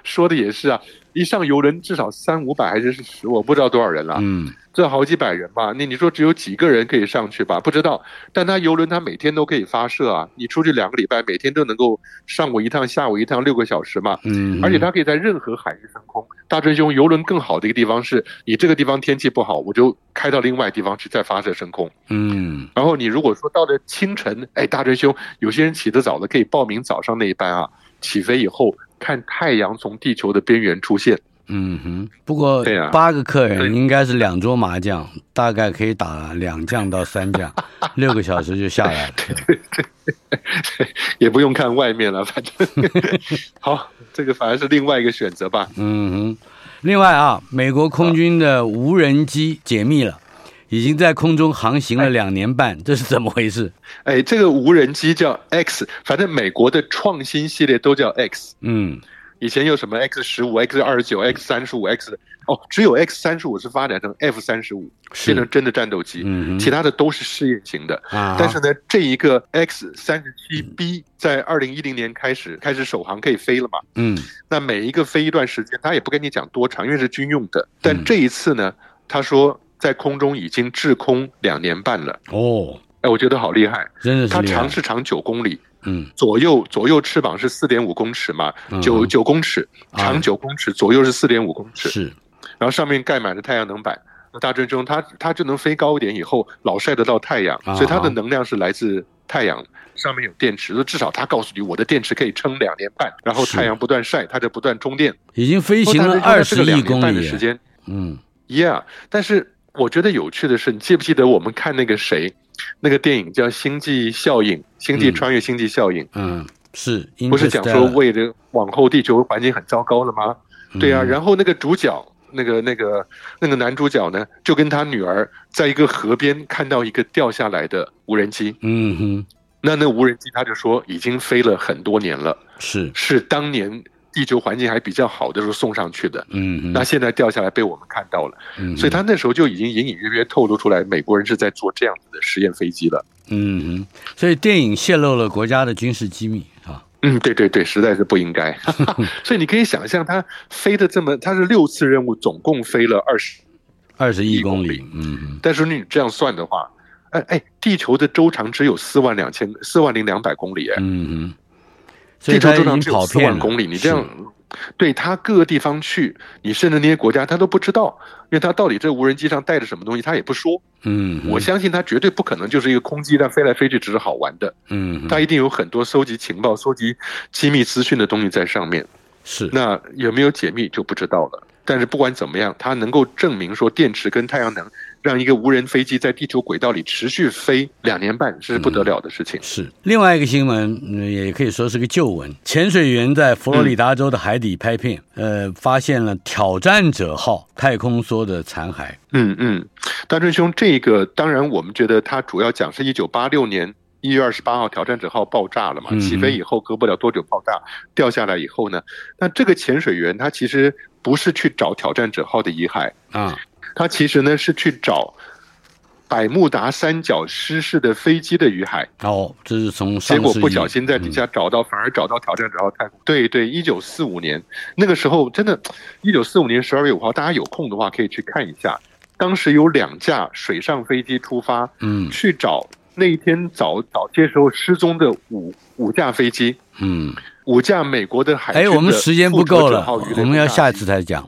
[SPEAKER 3] 说的也是啊，一上游轮至少三五百还是十，我不知道多少人了。
[SPEAKER 2] 嗯
[SPEAKER 3] 这好几百人吧，那你说只有几个人可以上去吧？不知道，但它游轮它每天都可以发射啊，你出去两个礼拜，每天都能够上午一趟，下午一趟，六个小时嘛。
[SPEAKER 2] 嗯，
[SPEAKER 3] 而且它可以在任何海域升空。大追兄，游轮更好的一个地方是，你这个地方天气不好，我就开到另外地方去再发射升空。
[SPEAKER 2] 嗯
[SPEAKER 3] 然后你如果说到了清晨，哎，大追兄，有些人起得早的可以报名早上那一班啊，起飞以后看太阳从地球的边缘出现。
[SPEAKER 2] 嗯哼，不过
[SPEAKER 3] 对啊
[SPEAKER 2] 八个客人
[SPEAKER 3] 对
[SPEAKER 2] 应该是两桌麻将，大概可以打两将到三 将，六个小时就下来了。
[SPEAKER 3] 也不用看外面了，反正好，这个反而是另外一个选择吧。
[SPEAKER 2] 嗯哼，另外啊，美国空军的无人机解密了，已经在空中航行了两年半，这是怎么回事？
[SPEAKER 3] 哎，这个无人机叫 X，反正美国的创新系列都叫 X。
[SPEAKER 2] 嗯
[SPEAKER 3] 以前有什么 X 十五、X 二十九、X 三十五、X 哦，只有 X 三十五是发展成 F 三十五，
[SPEAKER 2] 是
[SPEAKER 3] 变成真的战斗机，
[SPEAKER 2] 嗯
[SPEAKER 3] 其
[SPEAKER 2] 哼
[SPEAKER 3] 他的都是试验型的。
[SPEAKER 2] 啊，
[SPEAKER 3] 但是呢，这一个 X 三十七 B 在二零一零年开始开始首航可以飞了嘛？
[SPEAKER 2] 嗯
[SPEAKER 3] 那每一个飞一段时间，他也不跟你讲多长，因为是军用的。
[SPEAKER 2] 嗯
[SPEAKER 3] 但这一次呢，他说在空中已经滞空两年半了。
[SPEAKER 2] 哦，
[SPEAKER 3] 哎，我觉得好厉害。
[SPEAKER 2] 真的是
[SPEAKER 3] 它
[SPEAKER 2] 厉害
[SPEAKER 3] 长，是长九公里，
[SPEAKER 2] 嗯
[SPEAKER 3] 左右左右翅膀是四点五公尺嘛
[SPEAKER 2] 嗯，
[SPEAKER 3] 九九公尺，
[SPEAKER 2] 啊
[SPEAKER 3] 长九公尺，左右是四点五公尺，
[SPEAKER 2] 是
[SPEAKER 3] 然后上面盖满了太阳能板。那大真中它它就能飞高一点，以后老晒得到太阳，
[SPEAKER 2] 啊
[SPEAKER 3] 所以它的能量是来自太阳。上面有电池，至少它告诉你我的电池可以撑两年半，然后
[SPEAKER 2] 是
[SPEAKER 3] 太阳不断晒，它就不断充电。
[SPEAKER 2] 已经飞行了
[SPEAKER 3] 不过大
[SPEAKER 2] 二
[SPEAKER 3] 致就是
[SPEAKER 2] 十
[SPEAKER 3] 这个
[SPEAKER 2] 亿
[SPEAKER 3] 两年
[SPEAKER 2] 公
[SPEAKER 3] 半的
[SPEAKER 2] 里
[SPEAKER 3] 时，间
[SPEAKER 2] 嗯
[SPEAKER 3] ，Yeah。但是我觉得有趣的是，你记不记得我们看那个谁，那个电影叫《星际效应》，《星际
[SPEAKER 2] 嗯
[SPEAKER 3] 穿越》，《星际效应》
[SPEAKER 2] 嗯是，
[SPEAKER 3] 不是讲
[SPEAKER 2] Interstellar
[SPEAKER 3] 说为了往后地球环境很糟糕了吗？
[SPEAKER 2] 嗯
[SPEAKER 3] 对啊，然后那个主角那个那个那个男主角呢，就跟他女儿在一个河边看到一个掉下来的无人机，
[SPEAKER 2] 嗯哼，
[SPEAKER 3] 那那无人机他就说已经飞了很多年了，
[SPEAKER 2] 是，
[SPEAKER 3] 是当年地球环境还比较好的时候送上去的，
[SPEAKER 2] 嗯哼，
[SPEAKER 3] 那现在掉下来被我们看到了，
[SPEAKER 2] 嗯哼
[SPEAKER 3] 所以他那时候就已经隐隐约约透露出来，美国人是在做这样子的实验飞机了。
[SPEAKER 2] 嗯哼，所以电影泄露了国家的军事机密啊，
[SPEAKER 3] 嗯，对对对，实在是不应 该。 所以你可以想象，他飞的这么，他是六次任务，总共飞了二十
[SPEAKER 2] 二十亿公
[SPEAKER 3] 一
[SPEAKER 2] 里，嗯哼，
[SPEAKER 3] 但是你这样算的话，哎哎，地球的周长只有四万两千四万零两百公里，哎，
[SPEAKER 2] 嗯哼，所
[SPEAKER 3] 地
[SPEAKER 2] 以
[SPEAKER 3] 球
[SPEAKER 2] 他
[SPEAKER 3] 周长
[SPEAKER 2] 已
[SPEAKER 3] 只
[SPEAKER 2] 经
[SPEAKER 3] 有
[SPEAKER 2] 跑
[SPEAKER 3] 四
[SPEAKER 2] 遍
[SPEAKER 3] 万
[SPEAKER 2] 了
[SPEAKER 3] 公里，你这样。对他各个地方去，你甚至那些国家他都不知道，因为他到底这无人机上带着什么东西，他也不说。
[SPEAKER 2] 嗯哼，
[SPEAKER 3] 我相信他绝对不可能就是一个空机，但飞来飞去只是好玩的，
[SPEAKER 2] 嗯哼
[SPEAKER 3] 他一定有很多收集情报、收集机密资讯的东西在上面。
[SPEAKER 2] 是
[SPEAKER 3] 那有没有解密就不知道了。但是不管怎么样，它能够证明说电池跟太阳能让一个无人飞机在地球轨道里持续飞两年半，这是不得了的事情。
[SPEAKER 2] 是。另外一个新闻、嗯也可以说是个旧闻，潜水员在佛罗里达州的海底拍片，呃，发现了挑战者号太空梭的残骸。
[SPEAKER 3] 嗯嗯，大春兄，这个当然我们觉得它主要讲是一九八六年一月二十八号挑战者号爆炸了嘛，
[SPEAKER 2] 嗯
[SPEAKER 3] 起飞以后隔不了多久爆炸，掉下来以后呢，那这个潜水员他其实不是去找挑战者号的遗骸，
[SPEAKER 2] 啊，
[SPEAKER 3] 他其实呢是去找百慕达三角失事的飞机的遗骸。
[SPEAKER 2] 哦，这是从上嗯
[SPEAKER 3] 结果
[SPEAKER 2] 世纪
[SPEAKER 3] 不小心在底下找到，反而找到挑战者号太空。对对，一九四五年那个时候，真的，一九四五年十二月五号，大家有空的话可以去看一下。当时有两架水上飞机出发，
[SPEAKER 2] 嗯
[SPEAKER 3] 去找那一天早早些时候失踪的五五架飞机，
[SPEAKER 2] 嗯，
[SPEAKER 3] 五架美国的海军
[SPEAKER 2] 哎，
[SPEAKER 3] 的
[SPEAKER 2] 我们时间不
[SPEAKER 3] 复仇
[SPEAKER 2] 够
[SPEAKER 3] 者
[SPEAKER 2] 了
[SPEAKER 3] 号鱼，雷
[SPEAKER 2] 我们要
[SPEAKER 3] 轰炸
[SPEAKER 2] 下
[SPEAKER 3] 机
[SPEAKER 2] 次才讲。